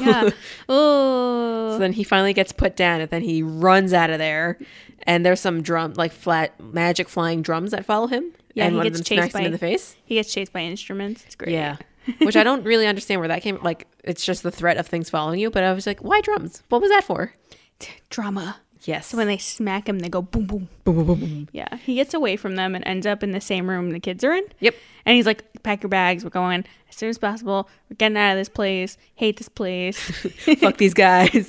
yeah.
so
Oh.
then he finally gets put down, and then he runs out of there. And there's some drum, like flat magic flying drums that follow him.
Yeah,
and
he
one
gets
of them
chased
smacks him
by-
in the face.
He gets chased by instruments. It's great.
Yeah, which I don't really understand where that came. Like, it's just the threat of things following you. But I was like, "Why drums? What was that for?"
Drama.
Yes,
So when they smack him, they go boom, boom.
boom, boom, boom, boom.
Yeah. He gets away from them and ends up in the same room the kids are in.
Yep.
And he's like, pack your bags. We're going as soon as possible. We're getting out of this place. Hate this place.
Fuck these guys.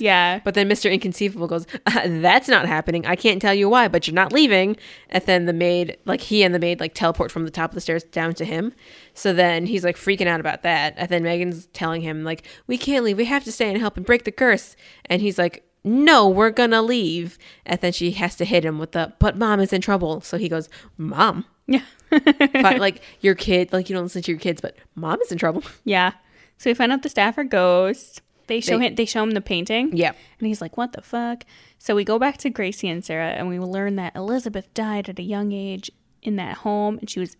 yeah.
But then Mr. Inconceivable goes, uh, "That's not happening. I can't tell you why, but you're not leaving." And then the maid, like he and the maid, like teleport from the top of the stairs down to him. So then he's like freaking out about that. And then Megan's telling him like, "We can't leave. We have to stay and help and break the curse." And he's like, "No, we're gonna leave." And then she has to hit him with the, "But mom is in trouble." So he goes, "Mom."
Yeah.
Fi- like your kid, like you don't listen to your kids, but mom is in trouble.
yeah. So we find out the staff are ghosts. They show him. They show him the painting.
Yeah.
And he's like, what the fuck? So we go back to Gracie and Sarah, and we learn that Elizabeth died at a young age in that home, and she was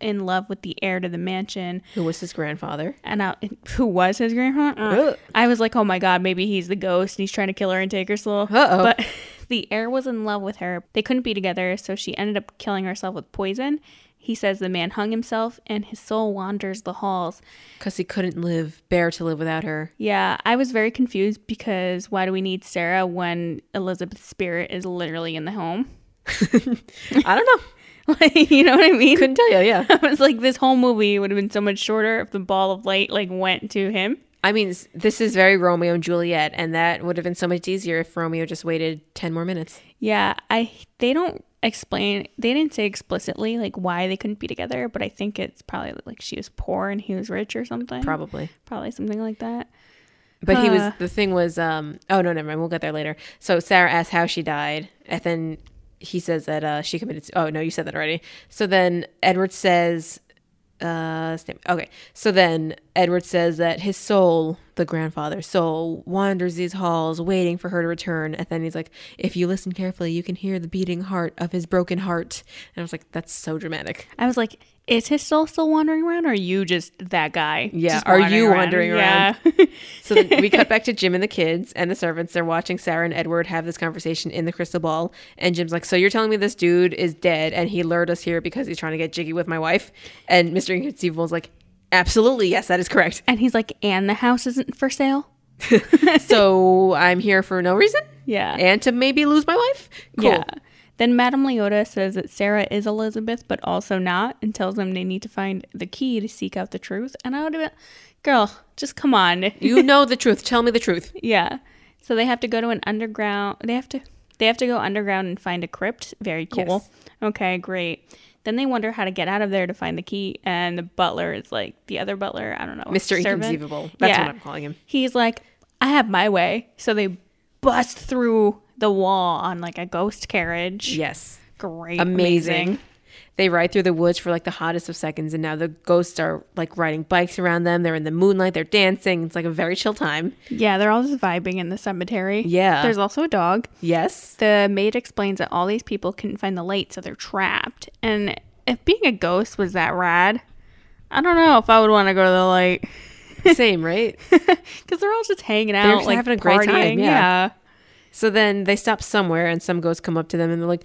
in love with the heir to the mansion
Who was his grandfather?
and I, who was his grandma? Uh,
Ugh.
I was like, oh my god, maybe he's the ghost and he's trying to kill her and take her soul.
Uh-oh.
But the heir was in love with her. They couldn't be together, so she ended up killing herself with poison. He says the man hung himself and his soul wanders the halls.
Because he couldn't live, bear to live without her.
Yeah, I was very confused because why do we need Sarah when Elizabeth's spirit is literally in the home?
I don't know.
Like, you know what I mean?
Couldn't tell you, yeah.
I was like, this whole movie would have been so much shorter if the ball of light like went to him.
I mean, s- this is very Romeo and Juliet, and that would have been so much easier if Romeo just waited 10 more minutes.
Yeah, I they don't explain they didn't say explicitly like why they couldn't be together, but I think it's probably like she was poor and he was rich or something.
Probably.
Probably something like that.
But he was,
Huh.
the thing was, um, oh, no, never mind. We'll get there later. So Sarah asks how she died, and then he says that uh, she committed, s- oh, no, you said that already. So then Edward says, uh, stamp- okay. So then Edward says that his soul, the grandfather's soul, wanders these halls waiting for her to return. And then he's like, if you listen carefully, you can hear the beating heart of his broken heart. And I was like, that's so dramatic.
I was like, is his soul still wandering around or are you just that guy?
Yeah,
Just
are you wandering around?
Yeah.
So then we cut back to Jim and the kids and the servants. They're watching Sarah and Edward have this conversation in the crystal ball. And Jim's like, So you're telling me this dude is dead and he lured us here because he's trying to get jiggy with my wife? And Mr. Inconceivable's like, Absolutely, yes, that is correct.
and he's like, and the house isn't for sale?
so I'm here for no reason?
Yeah.
And to maybe lose my wife? Cool.
Yeah. Then Madame Leota says that Sarah is Elizabeth, but also not, and tells them they need to find the key to seek out the truth. And I would have been, girl, just come on.
You know the truth. Tell me the truth.
Yeah. So they have to go to an underground. They have to they have to go underground and find a crypt. Very cool.
Yes.
Okay, great. Then they wonder how to get out of there to find the key, and the butler is like the other butler. I don't know,
Mr.
servant?
Inconceivable. That's
Yeah.
what I'm calling him.
He's like, I have my way. So they bust through the wall on like a ghost carriage.
Yes.
Great,
amazing.
amazing.
They ride through the woods for like the hottest of seconds, and now the ghosts are like riding bikes around them. They're in the moonlight, they're dancing. It's like a very chill time.
Yeah, they're all just vibing in the cemetery.
Yeah.
There's also a dog.
Yes.
The maid explains that all these people couldn't find the light, so they're trapped. And if being a ghost was that rad, I don't know if I would want to go to the light
Same, right?
because they're all just hanging out,
just
like
having
partying.
a great time, yeah.
Yeah.
so then they stop somewhere, and some ghosts come up to them and they're like,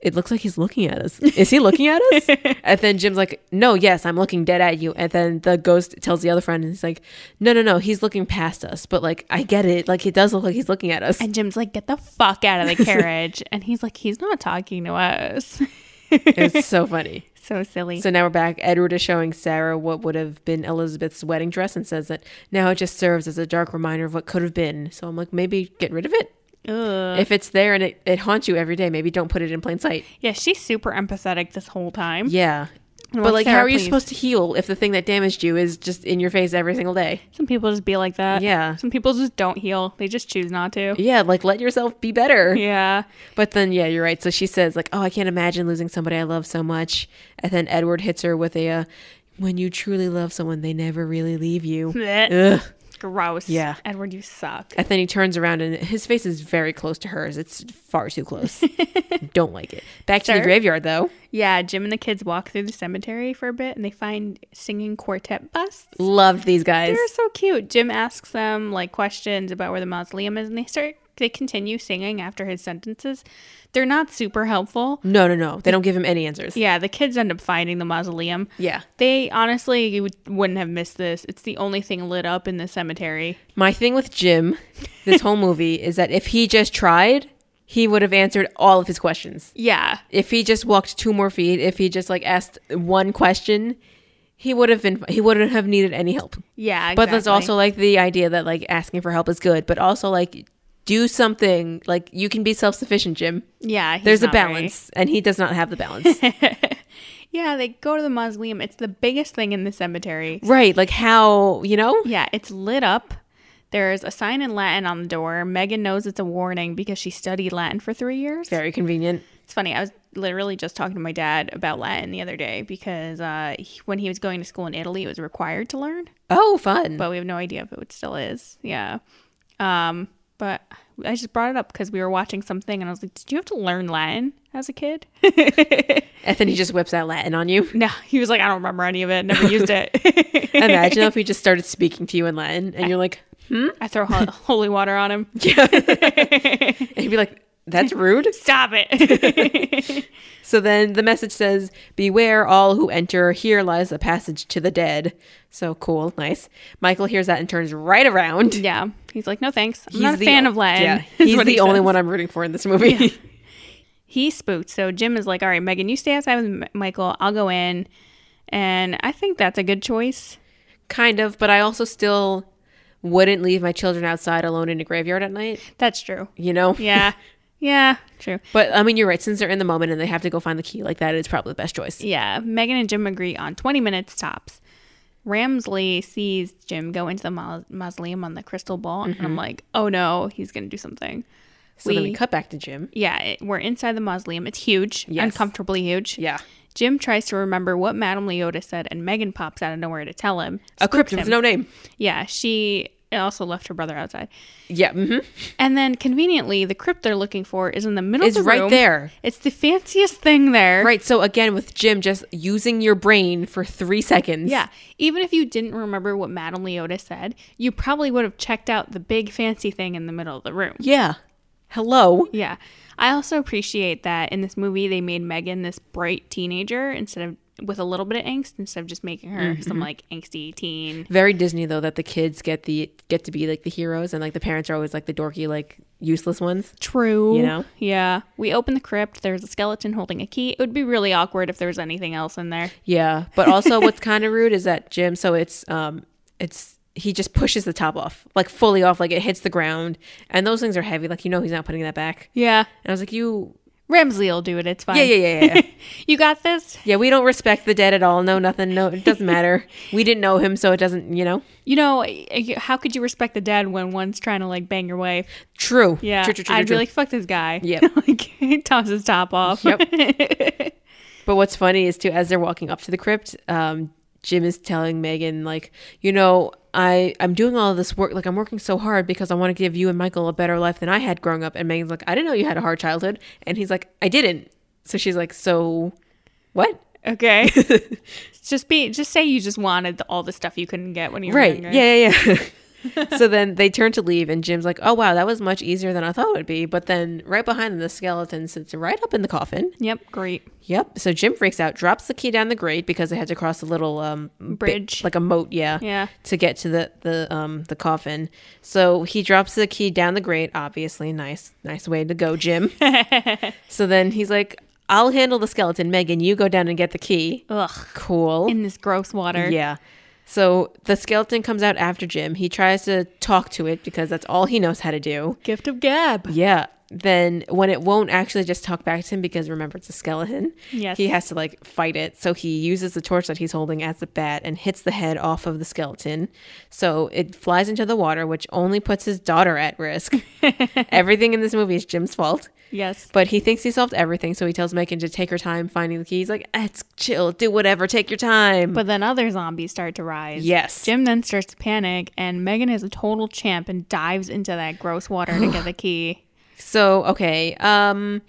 It looks like he's looking at us. Is he looking at us? and then Jim's like, No, yes, I'm looking dead at you. And then the ghost tells the other friend, and he's like, No, no, no, he's looking past us. But like, I get it. Like, it does look like he's looking at us.
And Jim's like, "Get the fuck out of the carriage!" and he's like, "He's not talking to us."
it's so funny.
so silly.
So now we're back. Edward is showing Sarah what would have been Elizabeth's wedding dress and says that now it just serves as a dark reminder of what could have been. So I'm like, maybe get rid of it.
Ugh.
If it's there and it, it haunts you every day, maybe don't put it in plain sight.
Yeah, she's super empathetic this whole time.
Yeah. but
like,
like, how
Sarah,
are you
please.
supposed to heal if the thing that damaged you is just in your face every single day?
Some people just be like that.
Yeah.
Some people just don't heal; they just choose not to.
Yeah, like let yourself be better.
Yeah.
But then, yeah, you're right. So she says, like, oh, I can't imagine losing somebody I love so much. And then Edward hits her with a, uh, when you truly love someone, they never really leave you.
Blech.
Ugh.
Gross.
Yeah.
Edward, you suck.
And then he turns around and his face is very close to hers. It's far too close. Don't like it. Back to the
Sir?
graveyard though.
Yeah, Jim and the kids walk through the cemetery for a bit and they find singing quartet busts.
Love these guys.
They're so cute. Jim asks them like questions about where the mausoleum is and they start they continue singing after his sentences. They're not super helpful.
No, no, no. They don't give him any answers.
Yeah, the kids end up finding the mausoleum.
Yeah.
They honestly you would- wouldn't have missed this. It's the only thing lit up in the cemetery.
My thing with Jim, this whole movie, is that if he just tried, he would have answered all of his questions.
Yeah.
If he just walked two more feet, if he just like asked one question, he would have been he wouldn't have needed any help.
Yeah.
But there's
exactly.
also like the idea that like asking for help is good, but also like do something like you can be self sufficient, Jim.
Yeah, he's
There's a
not very-
balance, and he does not have the balance.
yeah, they go to the mausoleum. It's the biggest thing in the cemetery.
right. Like, how, you know?
Yeah, it's lit up. There's a sign in Latin on the door. Megan knows it's a warning because she studied Latin for three years.
Very convenient.
It's funny. I was literally just talking to my dad about Latin the other day because uh, he- when he was going to school in Italy, it was required to learn,
Oh, fun.
but we have no idea if it would- still is. Yeah. Um, but I just brought it up because we were watching something and I was like, Did you have to learn Latin as a kid?
And then he just whips that Latin on you.
no, he was like, I don't remember any of it, never used it.
Imagine if he just started speaking to you in Latin and you're like,
I throw ho- holy water on him.
and he'd be like, that's rude.
Stop it.
So then the message says, Beware all who enter. Here lies the passage to the dead. So cool. Nice. Michael hears that and turns right around.
yeah. He's like, No thanks. I'm not a fan of Latin.
Yeah,
is
he's
what
the
he
only
says.
one I'm rooting for in this movie.
He's spooked. So Jim is like, All right, Megan, you stay outside with M- Michael. I'll go in. And I think that's a good choice.
kind of, but I also still wouldn't leave my children outside alone in a graveyard at night,
That's true.
you know?
Yeah. yeah. True.
But I mean, you're right. Since they're in the moment and they have to go find the key like that, it's probably the best choice.
Yeah, Megan and Jim agree on 20 minutes tops. Ramsley sees Jim go into the mau- mausoleum on the crystal ball, and
Mm-hmm.
I'm like, oh no, he's going to do something.
So then we cut back to Jim.
Yeah, it, we're inside the mausoleum. It's huge,
Yes.
uncomfortably huge.
Yeah.
Jim tries to remember what Madame Leota said, and Megan pops out of nowhere to tell him.
A
Spooks
crypt with
him.
no name.
Yeah, she also left her brother outside.
Yeah. hmm
And then conveniently, the crypt they're looking for is in the middle
It's
of the
right
room.
there.
It's the fanciest thing there.
Right. So again, with Jim just using your brain for three seconds.
Yeah. Even if you didn't remember what Madame Leota said, you probably would have checked out the big fancy thing in the middle of the room.
Yeah. Hello.
Yeah. I also appreciate that in this movie they made Megan this bright teenager instead of with a little bit of angst instead of just making her some
Mm-hmm.
like angsty teen.
Very Disney though that the kids get the get to be like the heroes and like the parents are always like the dorky like useless ones.
True.
You know?
Yeah. We open the crypt, there's a skeleton holding a key. It would be really awkward if there was anything else in there.
Yeah, but also what's kind of rude is that Jim. So it's um, it's he just pushes the top off, like fully off, like it hits the ground, and those things are heavy. Like you know he's not putting that back.
Yeah.
And I was like, you,
Ramsley will do it. It's fine.
yeah, yeah, yeah, yeah, yeah.
You got this.
yeah. We don't respect the dead at all. No, nothing. No, it doesn't matter. We didn't know him, so it doesn't. You know,
You know, how could you respect the dead when one's trying to like bang your wife?
true.
Yeah,
true, true, true,
I'd
true.
be like, "Fuck this guy."
Yep.
like he tops his top off. Yep.
But what's funny is too, as they're walking up to the crypt, um, Jim is telling Megan, like, you know, I I'm doing all of this work, like I'm working so hard because I want to give you and Michael a better life than I had growing up. And Megan's like, I didn't know you had a hard childhood, and he's like, I didn't. So she's like, so what?
okay. just be, just say you just wanted the, all the stuff you couldn't get when you were
Right?
younger.
Yeah, yeah, yeah. so then they turn to leave, and Jim's like, oh wow, that was much easier than I thought it would be. But then right behind them, the skeleton sits right up in the coffin.
Yep. Great.
Yep. So Jim freaks out, drops the key down the grate because they had to cross a little um bi-
Bridge.
like a moat, yeah,
Yeah.
to get to the the um the coffin. So he drops the key down the grate. Obviously, nice nice way to go, Jim. so then he's like, "I'll handle the skeleton, Megan. You go down and get the key."
Ugh.
Cool.
In this gross water.
yeah. So the skeleton comes out after Jim. He tries to talk to it because that's all he knows how to do.
Gift of gab.
Yeah. Then when it won't actually just talk back to him because remember it's a skeleton.
Yes.
He has to like fight it. So he uses the torch that he's holding as a bat and hits the head off of the skeleton. So it flies into the water, which only puts his daughter at risk. everything in this movie is Jim's fault.
Yes.
But he thinks he solved everything, so he tells Megan to take her time finding the key. He's like, "Ah, it's chill, do whatever, take your time.
But then other zombies start to rise.
yes.
Jim then starts to panic, and Megan is a total champ and dives into that gross water to get the key.
so okay. Um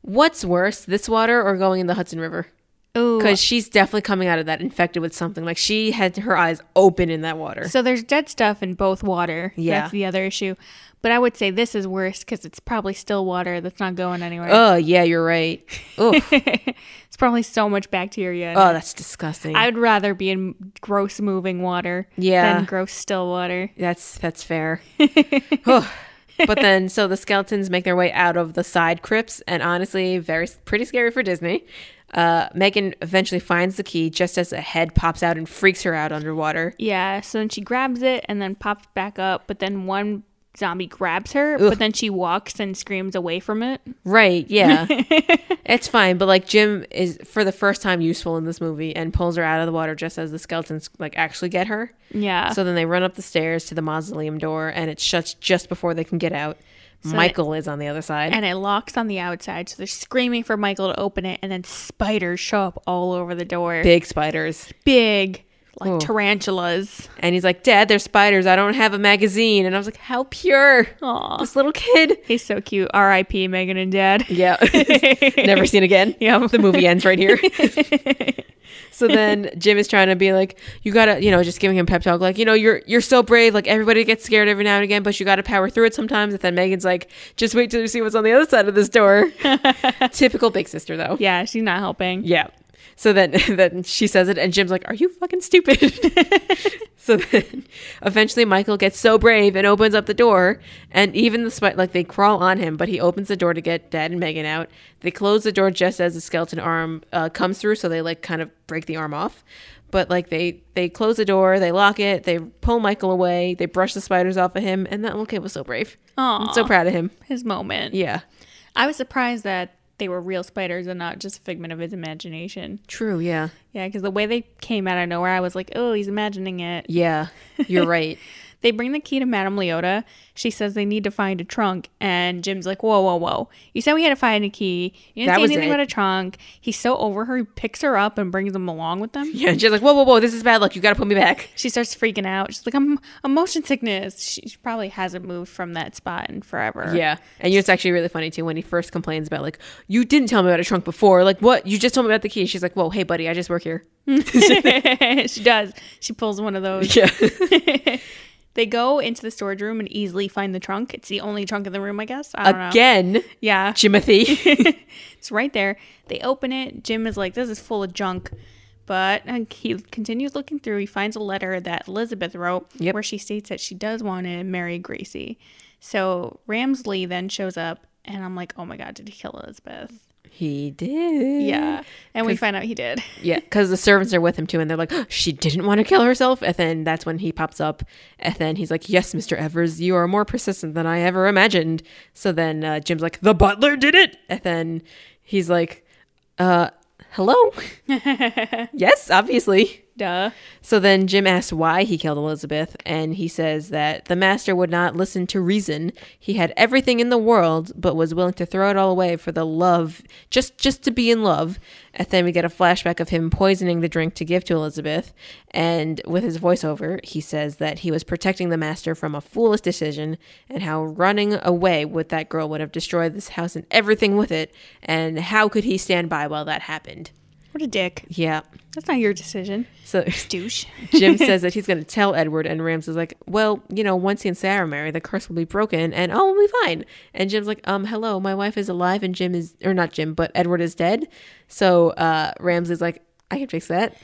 what's worse, this water or going in the Hudson River?
Ooh.
because she's definitely coming out of that infected with something. Like she had her eyes open in that water.
So there's dead stuff in both water.
Yeah.
That's the other issue. But I would say this is worse because it's probably still water that's not going anywhere.
Oh yeah, you're right. Oh, oh,
it's probably so much bacteria.
that's disgusting.
I'd rather be in gross moving water
Yeah.
than gross still water.
that's that's fair. Whew. But then, so the skeletons make their way out of the side crypts, and honestly, very pretty scary for Disney. Uh, Megan eventually finds the key just as a head pops out and freaks her out underwater.
Yeah. So then she grabs it and then pops back up, but then one zombie grabs her, but then she walks and screams away from it.
Right? Yeah, it's fine. But like Jim is for the first time useful in this movie and pulls her out of the water just as the skeletons like actually get her.
Yeah.
So then they run up the stairs to the mausoleum door, and it shuts just before they can get out. Michael is on the other side.
and it locks on the outside, so they're screaming for Michael to open it, and then spiders show up all over the door.
Big spiders.
Big
Oh.
like tarantulas.
And he's like, Dad, there's spiders. I don't have a magazine. And I was like, How pure.
Aw.
This little kid.
He's so cute. R.I.P. Megan and Dad.
Yeah. Never seen again.
Yep.
The movie ends right here. so then Jim is trying to be like, you gotta, you know, just giving him pep talk, like, you know, you're you're so brave. Like everybody gets scared every now and again, but you gotta power through it sometimes. And then Megan's like, just wait till you see what's on the other side of this door. Typical big sister though.
Yeah, she's not helping.
Yeah. So then, then she says it, and Jim's like, "Are you fucking stupid?" so then, eventually, Michael gets so brave and opens up the door, and even the spite, like they crawl on him, but he opens the door to get Dad and Megan out. They close the door just as the skeleton arm uh, comes through, so they like kind of break the arm off. But like they they close the door, they lock it, they pull Michael away, they brush the spiders off of him, and that little kid was so brave.
Aw.
I'm so proud of him.
His moment.
Yeah,
I was surprised that they were real spiders and not just a figment of his imagination.
true. Yeah,
Yeah, because the way they came out of nowhere, I was like, oh, he's imagining it.
yeah, you're right.
They bring the key to Madame Leota. She says they need to find a trunk, and Jim's like, "Whoa, whoa, whoa! You said we had to find a key. You didn't
That
say
was
anything
it.
about a trunk." He's so over her. He picks her up and brings them along with them.
Yeah, and she's like, whoa, whoa, whoa, this is bad luck. You got to put me back.
She starts freaking out. She's like, "I'm I'm motion sickness." She, she probably hasn't moved from that spot in forever.
Yeah. And you know, it's actually really funny too when he first complains about, like, you didn't tell me about a trunk before. Like, what? You just told me about the key. She's like, whoa, hey, buddy, I just work here.
she does. She pulls one of those.
Yeah.
They go into the storage room and easily find the trunk. It's the only trunk in the room, I guess. I don't know.
Again,
Yeah.
Jimothy.
It's right there. They open it. Jim is like, this is full of junk. But uh, he continues looking through. He finds a letter that Elizabeth wrote
Yep.
where she states that she does want to marry Gracie. So Ramsley then shows up, and I'm like, oh my God, did he kill Elizabeth?
he did.
Yeah. And we find out he did.
Yeah. Because the servants are with him too. And they're like, "Oh, she didn't want to kill herself. And then that's when he pops up. And then he's like, yes, Mr. Evers, you are more persistent than I ever imagined. So then uh, Jim's like, the butler did it. And then he's like, uh, hello? yes, obviously.
Duh.
So then Jim asks why he killed Elizabeth, and he says that the master would not listen to reason. He had everything in the world, but was willing to throw it all away for the love, just just to be in love. And then we get a flashback of him poisoning the drink to give to Elizabeth, and with his voiceover, he says that he was protecting the master from a foolish decision, and how running away with that girl would have destroyed this house and everything with it, and how could he stand by while that happened?
What a dick.
Yeah.
That's not your decision.
So
Douche.
Jim says that he's going to tell Edward, and Rams is like, "Well, you know, once he and Sarah marry, the curse will be broken, and all will be fine." And Jim's like, "Um, hello, my wife is alive, and Jim is, or not Jim, but Edward is dead." So uh, Rams is like, "I can fix that."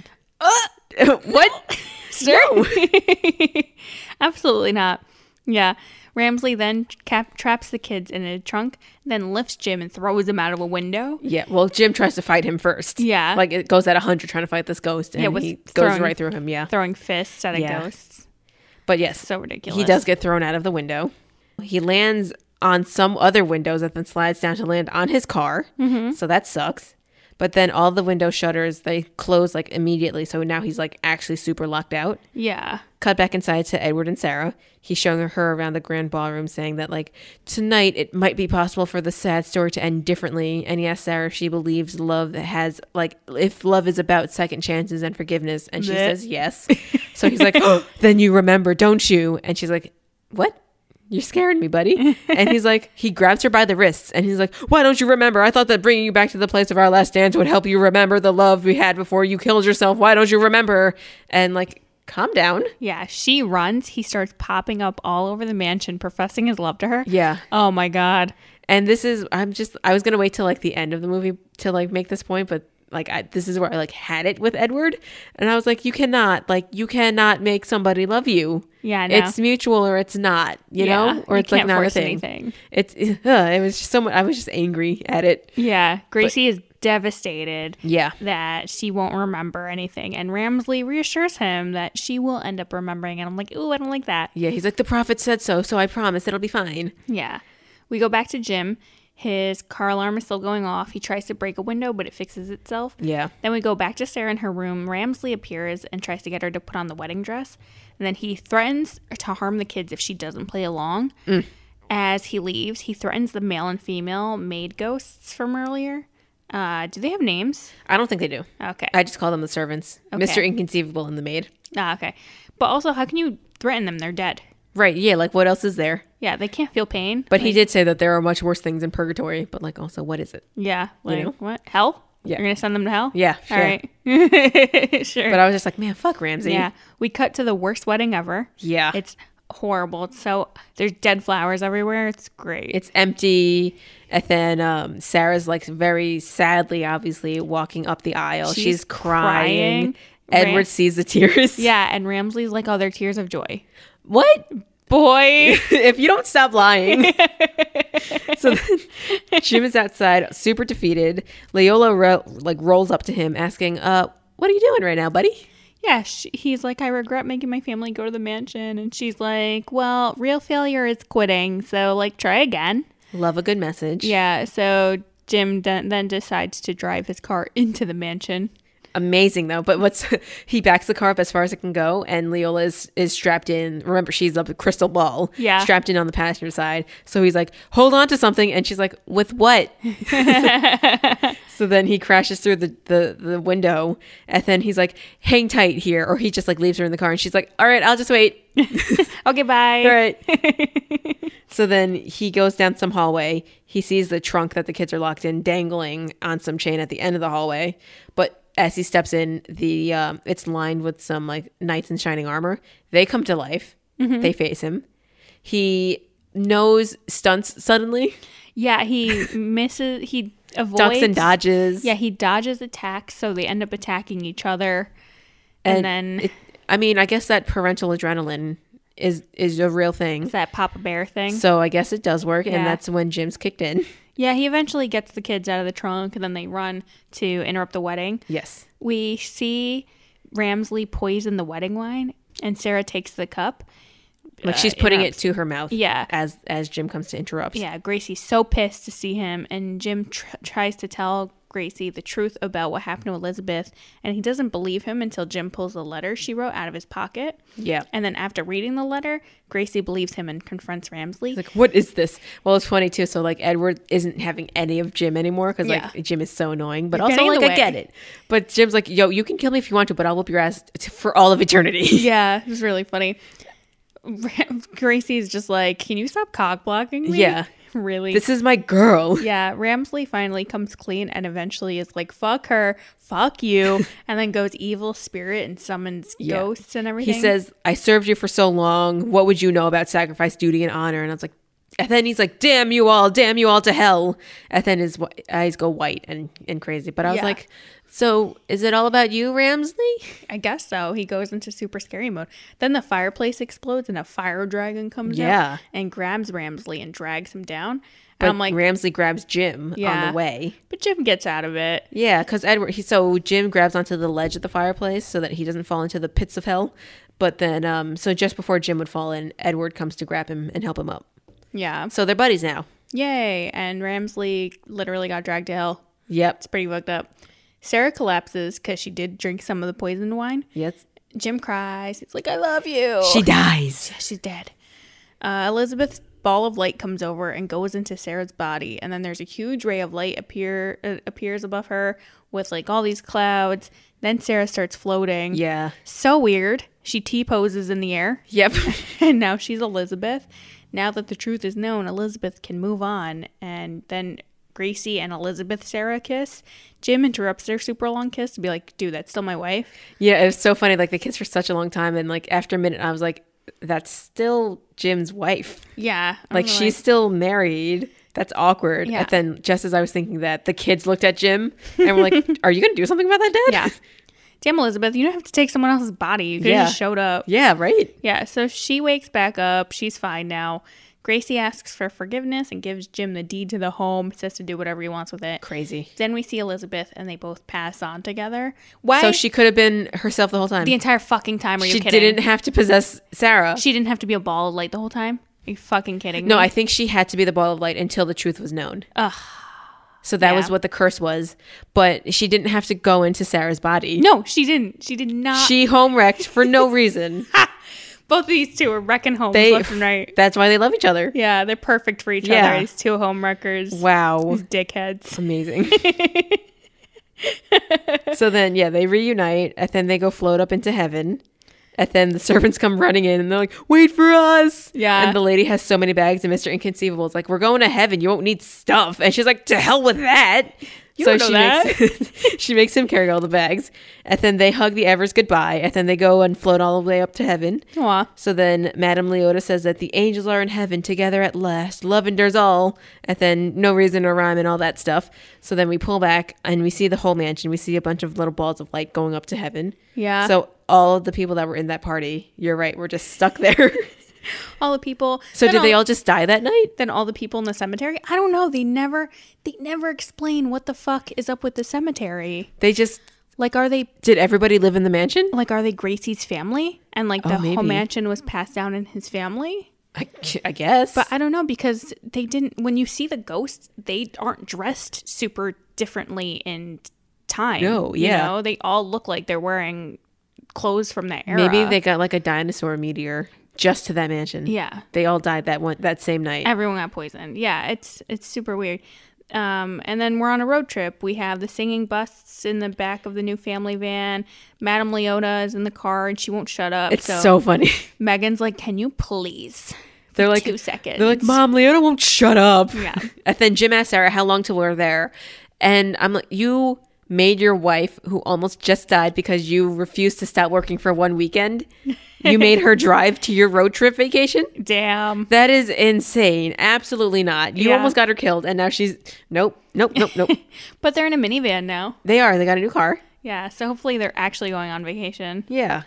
what?
No. Absolutely not. Yeah. Ramsley then cap- traps the kids in a trunk, then lifts Jim and throws him out of a window.
Yeah. Well, Jim tries to fight him first.
Yeah.
Like it goes at hundred trying to fight this ghost, and
Yeah, with
he goes
throwing-
right through him. Yeah.
throwing fists at a
Yeah.
ghost.
But yes,
So ridiculous.
He does get thrown out of the window. He lands on some other windows and then slides down to land on his car. So that sucks. But then all the window shutters they close like immediately. So now he's like actually super locked out.
Yeah.
Cut back inside to Edward and Sarah. He's showing her around the grand ballroom, saying that like tonight it might be possible for the sad story to end differently. And he asks Sarah if she believes love has like if love is about second chances and forgiveness, and she
Blech.
says yes. So he's like, oh, then you remember, don't you? And she's like, what? You're scaring me, buddy. And he's like, he grabs her by the wrists and he's like, Why don't you remember? I thought that bringing you back to the place of our last dance would help you remember the love we had before you killed yourself. Why don't you remember? And like, calm down.
Yeah. She runs. He starts popping up all over the mansion, professing his love to her.
Yeah.
Oh my God.
And this is I'm just I was gonna wait till like the end of the movie to like make this point, but like I, this is where I like had it with Edward, and I was like, you cannot like you cannot make somebody love you.
Yeah, I know.
it's mutual or it's not, you
Yeah,
know, or
you
it's like
can't
not a
force
thing.
anything.
It's uh, it was just so much. I was just angry at it.
Yeah. Gracie is devastated
Yeah,
that she won't remember anything. And Ramsley reassures him that she will end up remembering. And I'm like, ooh, I don't like that.
yeah. He's like the prophet said so, so I promise it'll be fine.
Yeah. We go back to Jim. His car alarm is still going off. He tries to break a window, but it fixes itself.
Yeah.
Then we go back to Sarah in her room. Ramsley appears and tries to get her to put on the wedding dress. And then he threatens to harm the kids if she doesn't play along.
Mm.
As he leaves, he threatens the male and female maid ghosts from earlier. Uh, do they have names?
I don't think they do.
Okay.
I just call them the servants, Mister Inconceivable and the maid.
Ah, okay. But also, how can you threaten them? They're dead.
Right. Yeah. Like, what else is there?
Yeah, they can't feel pain.
But he did say that there are much worse things in purgatory. But like, also, what is it?
Yeah, like
know?
what? Hell?
Yeah.
You're gonna send them to hell?
Yeah, sure.
All right. sure.
But I was just like, man, fuck Ramsey.
yeah. We cut to the worst wedding ever.
Yeah. It's
It's horrible. It's so there's dead flowers everywhere. It's great.
it's empty. And then um, Sarah's like very sadly, obviously, walking up the aisle. She's,
She's
crying.
crying.
Edward
Ram-
sees the tears.
yeah, and Ramsley's like, Oh, they're tears of joy.
What?
Boy.
if you don't stop lying. so then Jim is outside, super defeated. Leola ro- like rolls up to him, asking, "Uh, what are you doing right now, buddy?"
yeah, sh he's like, I regret making my family go to the mansion. And she's like, Well, real failure is quitting. So, like, try again.
Love a good message.
Yeah. So, Jim de- then decides to drive his car into the mansion.
Amazing though. But what's he backs the car up as far as it can go, and Leola is, is strapped in. Remember, she's up a crystal ball.
Yeah.
strapped in on the passenger side. So he's like, "Hold on to something," and she's like, "With what?" so then he crashes through the, the the window, and then he's like, "Hang tight here," or he just like leaves her in the car, and she's like, "All right, I'll just wait."
Okay, bye.
All right. so then he goes down some hallway. He sees the trunk that the kids are locked in dangling on some chain at the end of the hallway. But as he steps in, the um, it's lined with some like knights in shining armor. They come to life. They face him. He nose stunts suddenly,
Yeah, he misses. He avoids.
ducks and dodges.
Yeah, he dodges attacks, so they end up attacking each other. And, then
it, I mean, I guess that parental adrenaline is is a real thing.
it's that Papa Bear thing.
So I guess it does work,
Mm-hmm. Yeah.
and that's when Jim's kicked in.
yeah, he eventually gets the kids out of the trunk, and then they run to interrupt the wedding.
Yes.
We see Ramsley poison the wedding wine, and Sarah takes the cup.
like she's putting it to her mouth
Yeah.
as as jim comes to interrupt
Yeah, Gracie's so pissed to see him, and Jim tr- tries to tell Gracie the truth about what happened to Elizabeth, and he doesn't believe him until Jim pulls the letter she wrote out of his pocket.
yeah
And then after reading the letter, Gracie believes him and confronts Ramsley.
like what is this well it's funny too so like edward isn't having any of jim anymore because
Yeah.
like jim is so annoying but also
getting in
like
the
i get
way.
it but jim's like yo you can kill me if you want to but i'll whoop your ass t- for all of eternity
yeah, it was really funny. Ram- Gracie's just like, "Can you stop cock blocking me?"
Yeah.
really.
this is my girl
yeah, Ramsley finally comes clean and eventually is like, "Fuck her, fuck you," and then goes evil spirit and summons
Yeah.
ghosts and
he
everything.
says i served you for so long what would you know about sacrifice duty and honor and i was like and then he's like damn you all damn you all to hell and then his wh- eyes go white and and crazy but i was
Yeah.
like so is it all about you ramsley
I guess so. He goes into super scary mode. Then the fireplace explodes and a fire dragon comes
Yeah.
out and grabs Ramsley and drags him down. And
But
I'm like,
Ramsley grabs Jim on
Yeah.
the way.
but Jim gets out of it.
Yeah, because Edward. He, so Jim grabs onto the ledge of the fireplace so that he doesn't fall into the pits of hell. But then, um, so just before Jim would fall in, Edward comes to grab him and help him up.
Yeah.
So they're buddies now.
Yay. And Ramsley literally got dragged to hell.
Yep.
It's pretty fucked up. Sarah collapses because she did drink some of the poisoned wine.
Yes.
Jim cries. He's like, I love you.
She dies.
She's dead. Uh, Elizabeth's ball of light comes over and goes into Sarah's body, and then there's a huge ray of light appear uh, appears above her with like all these clouds. Then Sarah starts floating.
Yeah.
So weird. She T poses in the air,
Yep.
and now she's Elizabeth. Now that the truth is known, Elizabeth can move on, and then Gracie and Elizabeth Sarah kiss. Jim interrupts their super long kiss to be like, "Dude, that's still my wife."
yeah. It was so funny. Like they kissed for such a long time, and like after a minute, I was like, "That's still Jim's wife.
Yeah, I'm
Like she's still married." That's awkward.
Yeah.
And then, just as I was thinking that, the kids looked at Jim and were like, "Are you going to do something about that, Dad?"
Yeah. Damn, Elizabeth, you don't have to take someone else's body. You could
Yeah.
have just showed up.
Yeah, right.
Yeah, so she wakes back up. She's fine now. Gracie asks for forgiveness and gives Jim the deed to the home, says to do whatever he wants with it.
Crazy.
Then we see Elizabeth and they both pass on together. Why?
So she could have been herself the whole time.
the entire fucking time, are you
she
kidding?
didn't have to possess Sarah.
she didn't have to be a ball of light the whole time? Are you fucking kidding me?
no, I think she had to be the ball of light until the truth was known. Ugh. So that was
Yeah.
what the curse was. But she didn't have to go into Sarah's body.
No, she didn't. She did not.
She home wrecked for no reason.
Both of these two are wrecking homes
They,
left and right.
That's why they love each other.
Yeah, they're perfect for each
Yeah.
other. These two home wreckers.
Wow.
These dickheads.
Amazing. so then, yeah, they reunite and then they go float up into heaven. And then the servants come running in and they're like, wait for us.
Yeah.
And the lady has so many bags, and Mr. Inconceivable is like, we're going to heaven. You won't need stuff. And she's like, to hell with that.
You don't know
she
that.
makes she makes him carry all the bags. And then they hug the Evers goodbye. And then they go and float all the way up to heaven.
Aw.
So then Madame Leota says that the angels are in heaven together at last. Love endures all. And then no reason or rhyme and all that stuff. So then we pull back and we see the whole mansion. We see a bunch of little balls of light going up to heaven.
Yeah.
So all of the people that were in that party, you're right, were just stuck there.
all the people.
so
then
did they all just die that night?
Then all the people in the cemetery. I don't know. They never. They never explain what the fuck is up with the cemetery.
They just
Like, are they
did everybody live in the mansion?
like are they Gracie's family? And like the
Oh, maybe.
whole mansion was passed down in his family.
I, I guess.
But I don't know because they didn't. When you see the ghosts, they aren't dressed super differently in time.
No, yeah.
you know, they all look like they're wearing clothes from that era.
Maybe they got like a dinosaur meteor just to that mansion.
Yeah.
They all died that one that same night.
everyone got poisoned. Yeah, it's it's super weird. Um, and then we're on a road trip. We have the singing busts in the back of the new family van. Madame Leota is in the car and she won't shut up.
it's so funny.
Megan's like, "Can you please?" for
They're like-
two seconds.
They're like, Mom, Leona won't shut up.
Yeah.
And then Jim asked Sarah how long till we're there. And I'm like, You made your wife, who almost just died because you refused to stop working for one weekend, you made her drive to your road trip vacation?
"Damn."
That is insane. Absolutely not. You
Yeah.
almost got her killed. And now she's, Nope, nope, nope, nope.
But they're in a minivan now.
they are. They got a new car.
Yeah, so hopefully they're actually going on vacation.
Yeah.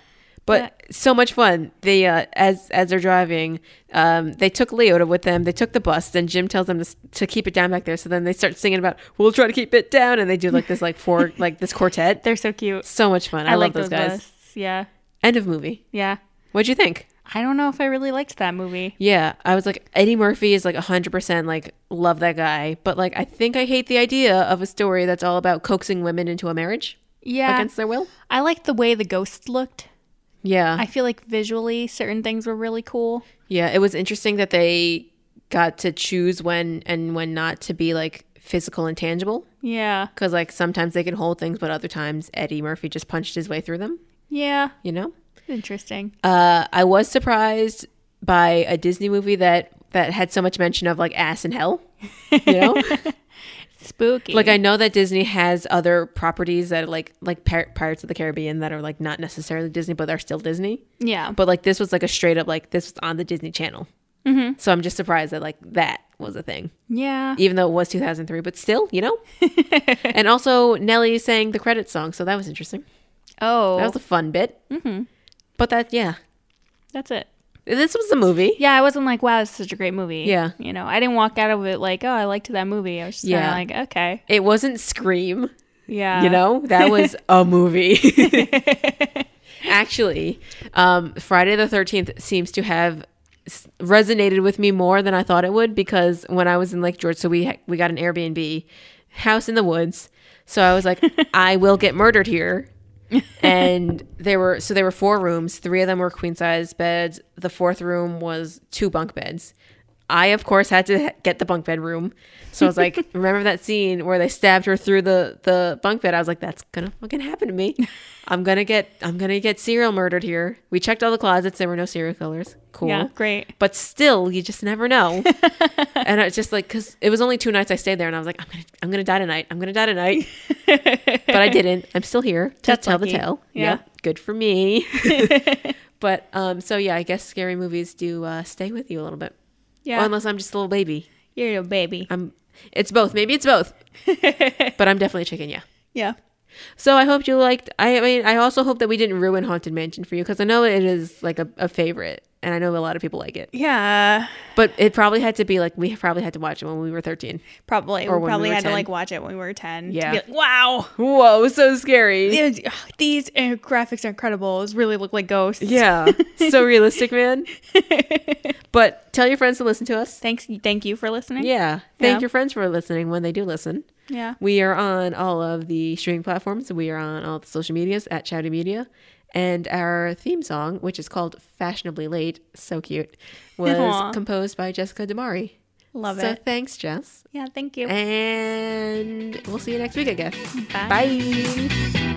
But so much fun. They uh, as as they're driving, um, they took Leota with them. They took the bus. Then Jim tells them to, s- to keep it down back there. So then they start singing about we'll try to keep it down, and they do like this like four like this quartet.
They're so cute.
So much fun. I, love those guys.
busts. Yeah,
End of movie.
yeah.
What'd you think?
I don't know if I really liked that movie.
Yeah, I was like Eddie Murphy is like hundred percent like love that guy, but like I think I hate the idea of a story that's all about coaxing women into a marriage
Yeah,
against their will.
I liked the way the ghosts looked.
Yeah,
I feel like visually, certain things were really cool.
Yeah, it was interesting that they got to choose when and when not to be like physical and tangible
Yeah,
because like sometimes they can hold things, but other times Eddie Murphy just punched his way through them.
yeah.
You know,
Interesting.
uh, I was surprised by a Disney movie that that had so much mention of like ass and hell. You know,
Spooky.
like I know that Disney has other properties that are like like Pir- Pirates of the Caribbean that are like not necessarily Disney, but they're still Disney.
yeah,
But like this was like a straight up like this was on the Disney Channel. So I'm just surprised that like that was a thing.
yeah.
even though it was 2003, but still, you know? and also, Nelly sang the credit song, so that was interesting.
Oh,
That was a fun bit. Mm-hmm. But that, yeah.
that's it.
This was a movie.
Yeah, I wasn't like, wow, this is such a great movie.
Yeah.
you know, I didn't walk out of it like, oh, I liked that movie. I was just
Yeah.
kind of like, okay,
It wasn't Scream,
yeah,
you know? That was a movie. Actually, um, Friday the 13th seems to have s- resonated with me more than I thought it would because when I was in Lake George, so we ha- we got an Airbnb house in the woods. So I was like, I will get murdered here. and there were so there were four rooms. Three of them were queen size beds. The fourth room was two bunk beds. I of course had to h- get the bunk bed room. So I was like, remember that scene where they stabbed her through the the bunk bed? I was like, that's gonna fucking happen to me. I'm gonna get I'm gonna get serial murdered here. We checked all the closets. There were no serial killers. Cool
yeah, great.
but still you just never know and it's just like because it was only two nights i stayed there and i was like i'm gonna i'm gonna die tonight i'm gonna die tonight but i didn't i'm still here to
That's
tell
lucky.
the tale
Yeah.
good for me but um so yeah i guess scary movies do uh stay with you a little bit
Yeah,
or unless i'm just a little baby
you're a baby.
i'm it's both maybe it's both but i'm definitely a chicken yeah
yeah,
so I hope you liked. I mean, I also hope that we didn't ruin Haunted Mansion for you because I know it is like a, a favorite, and I know a lot of people like it.
yeah.
But it probably had to be like we probably had to watch it when we were thirteen.
Probably.
Or
we
when we
probably
were
had
10.
to like watch it when we were 10.
Yeah.
To be like, wow.
Whoa, so scary.
These, ugh, these uh, graphics are incredible. Those really look like ghosts.
Yeah, so realistic, man. But tell your friends to listen to us.
Thanks. Thank you for listening.
Yeah, thank
Yeah.
your friends for listening when they do listen.
Yeah.
We are on all of the streaming platforms. We are on all the social medias at Chowdy Media. And our theme song, which is called Fashionably Late, so cute, was
Aw.
composed by Jessica Damari.
Love
so
it.
thanks, Jess.
Yeah. Thank you.
And we'll see you next week, I guess.
Bye.
Bye.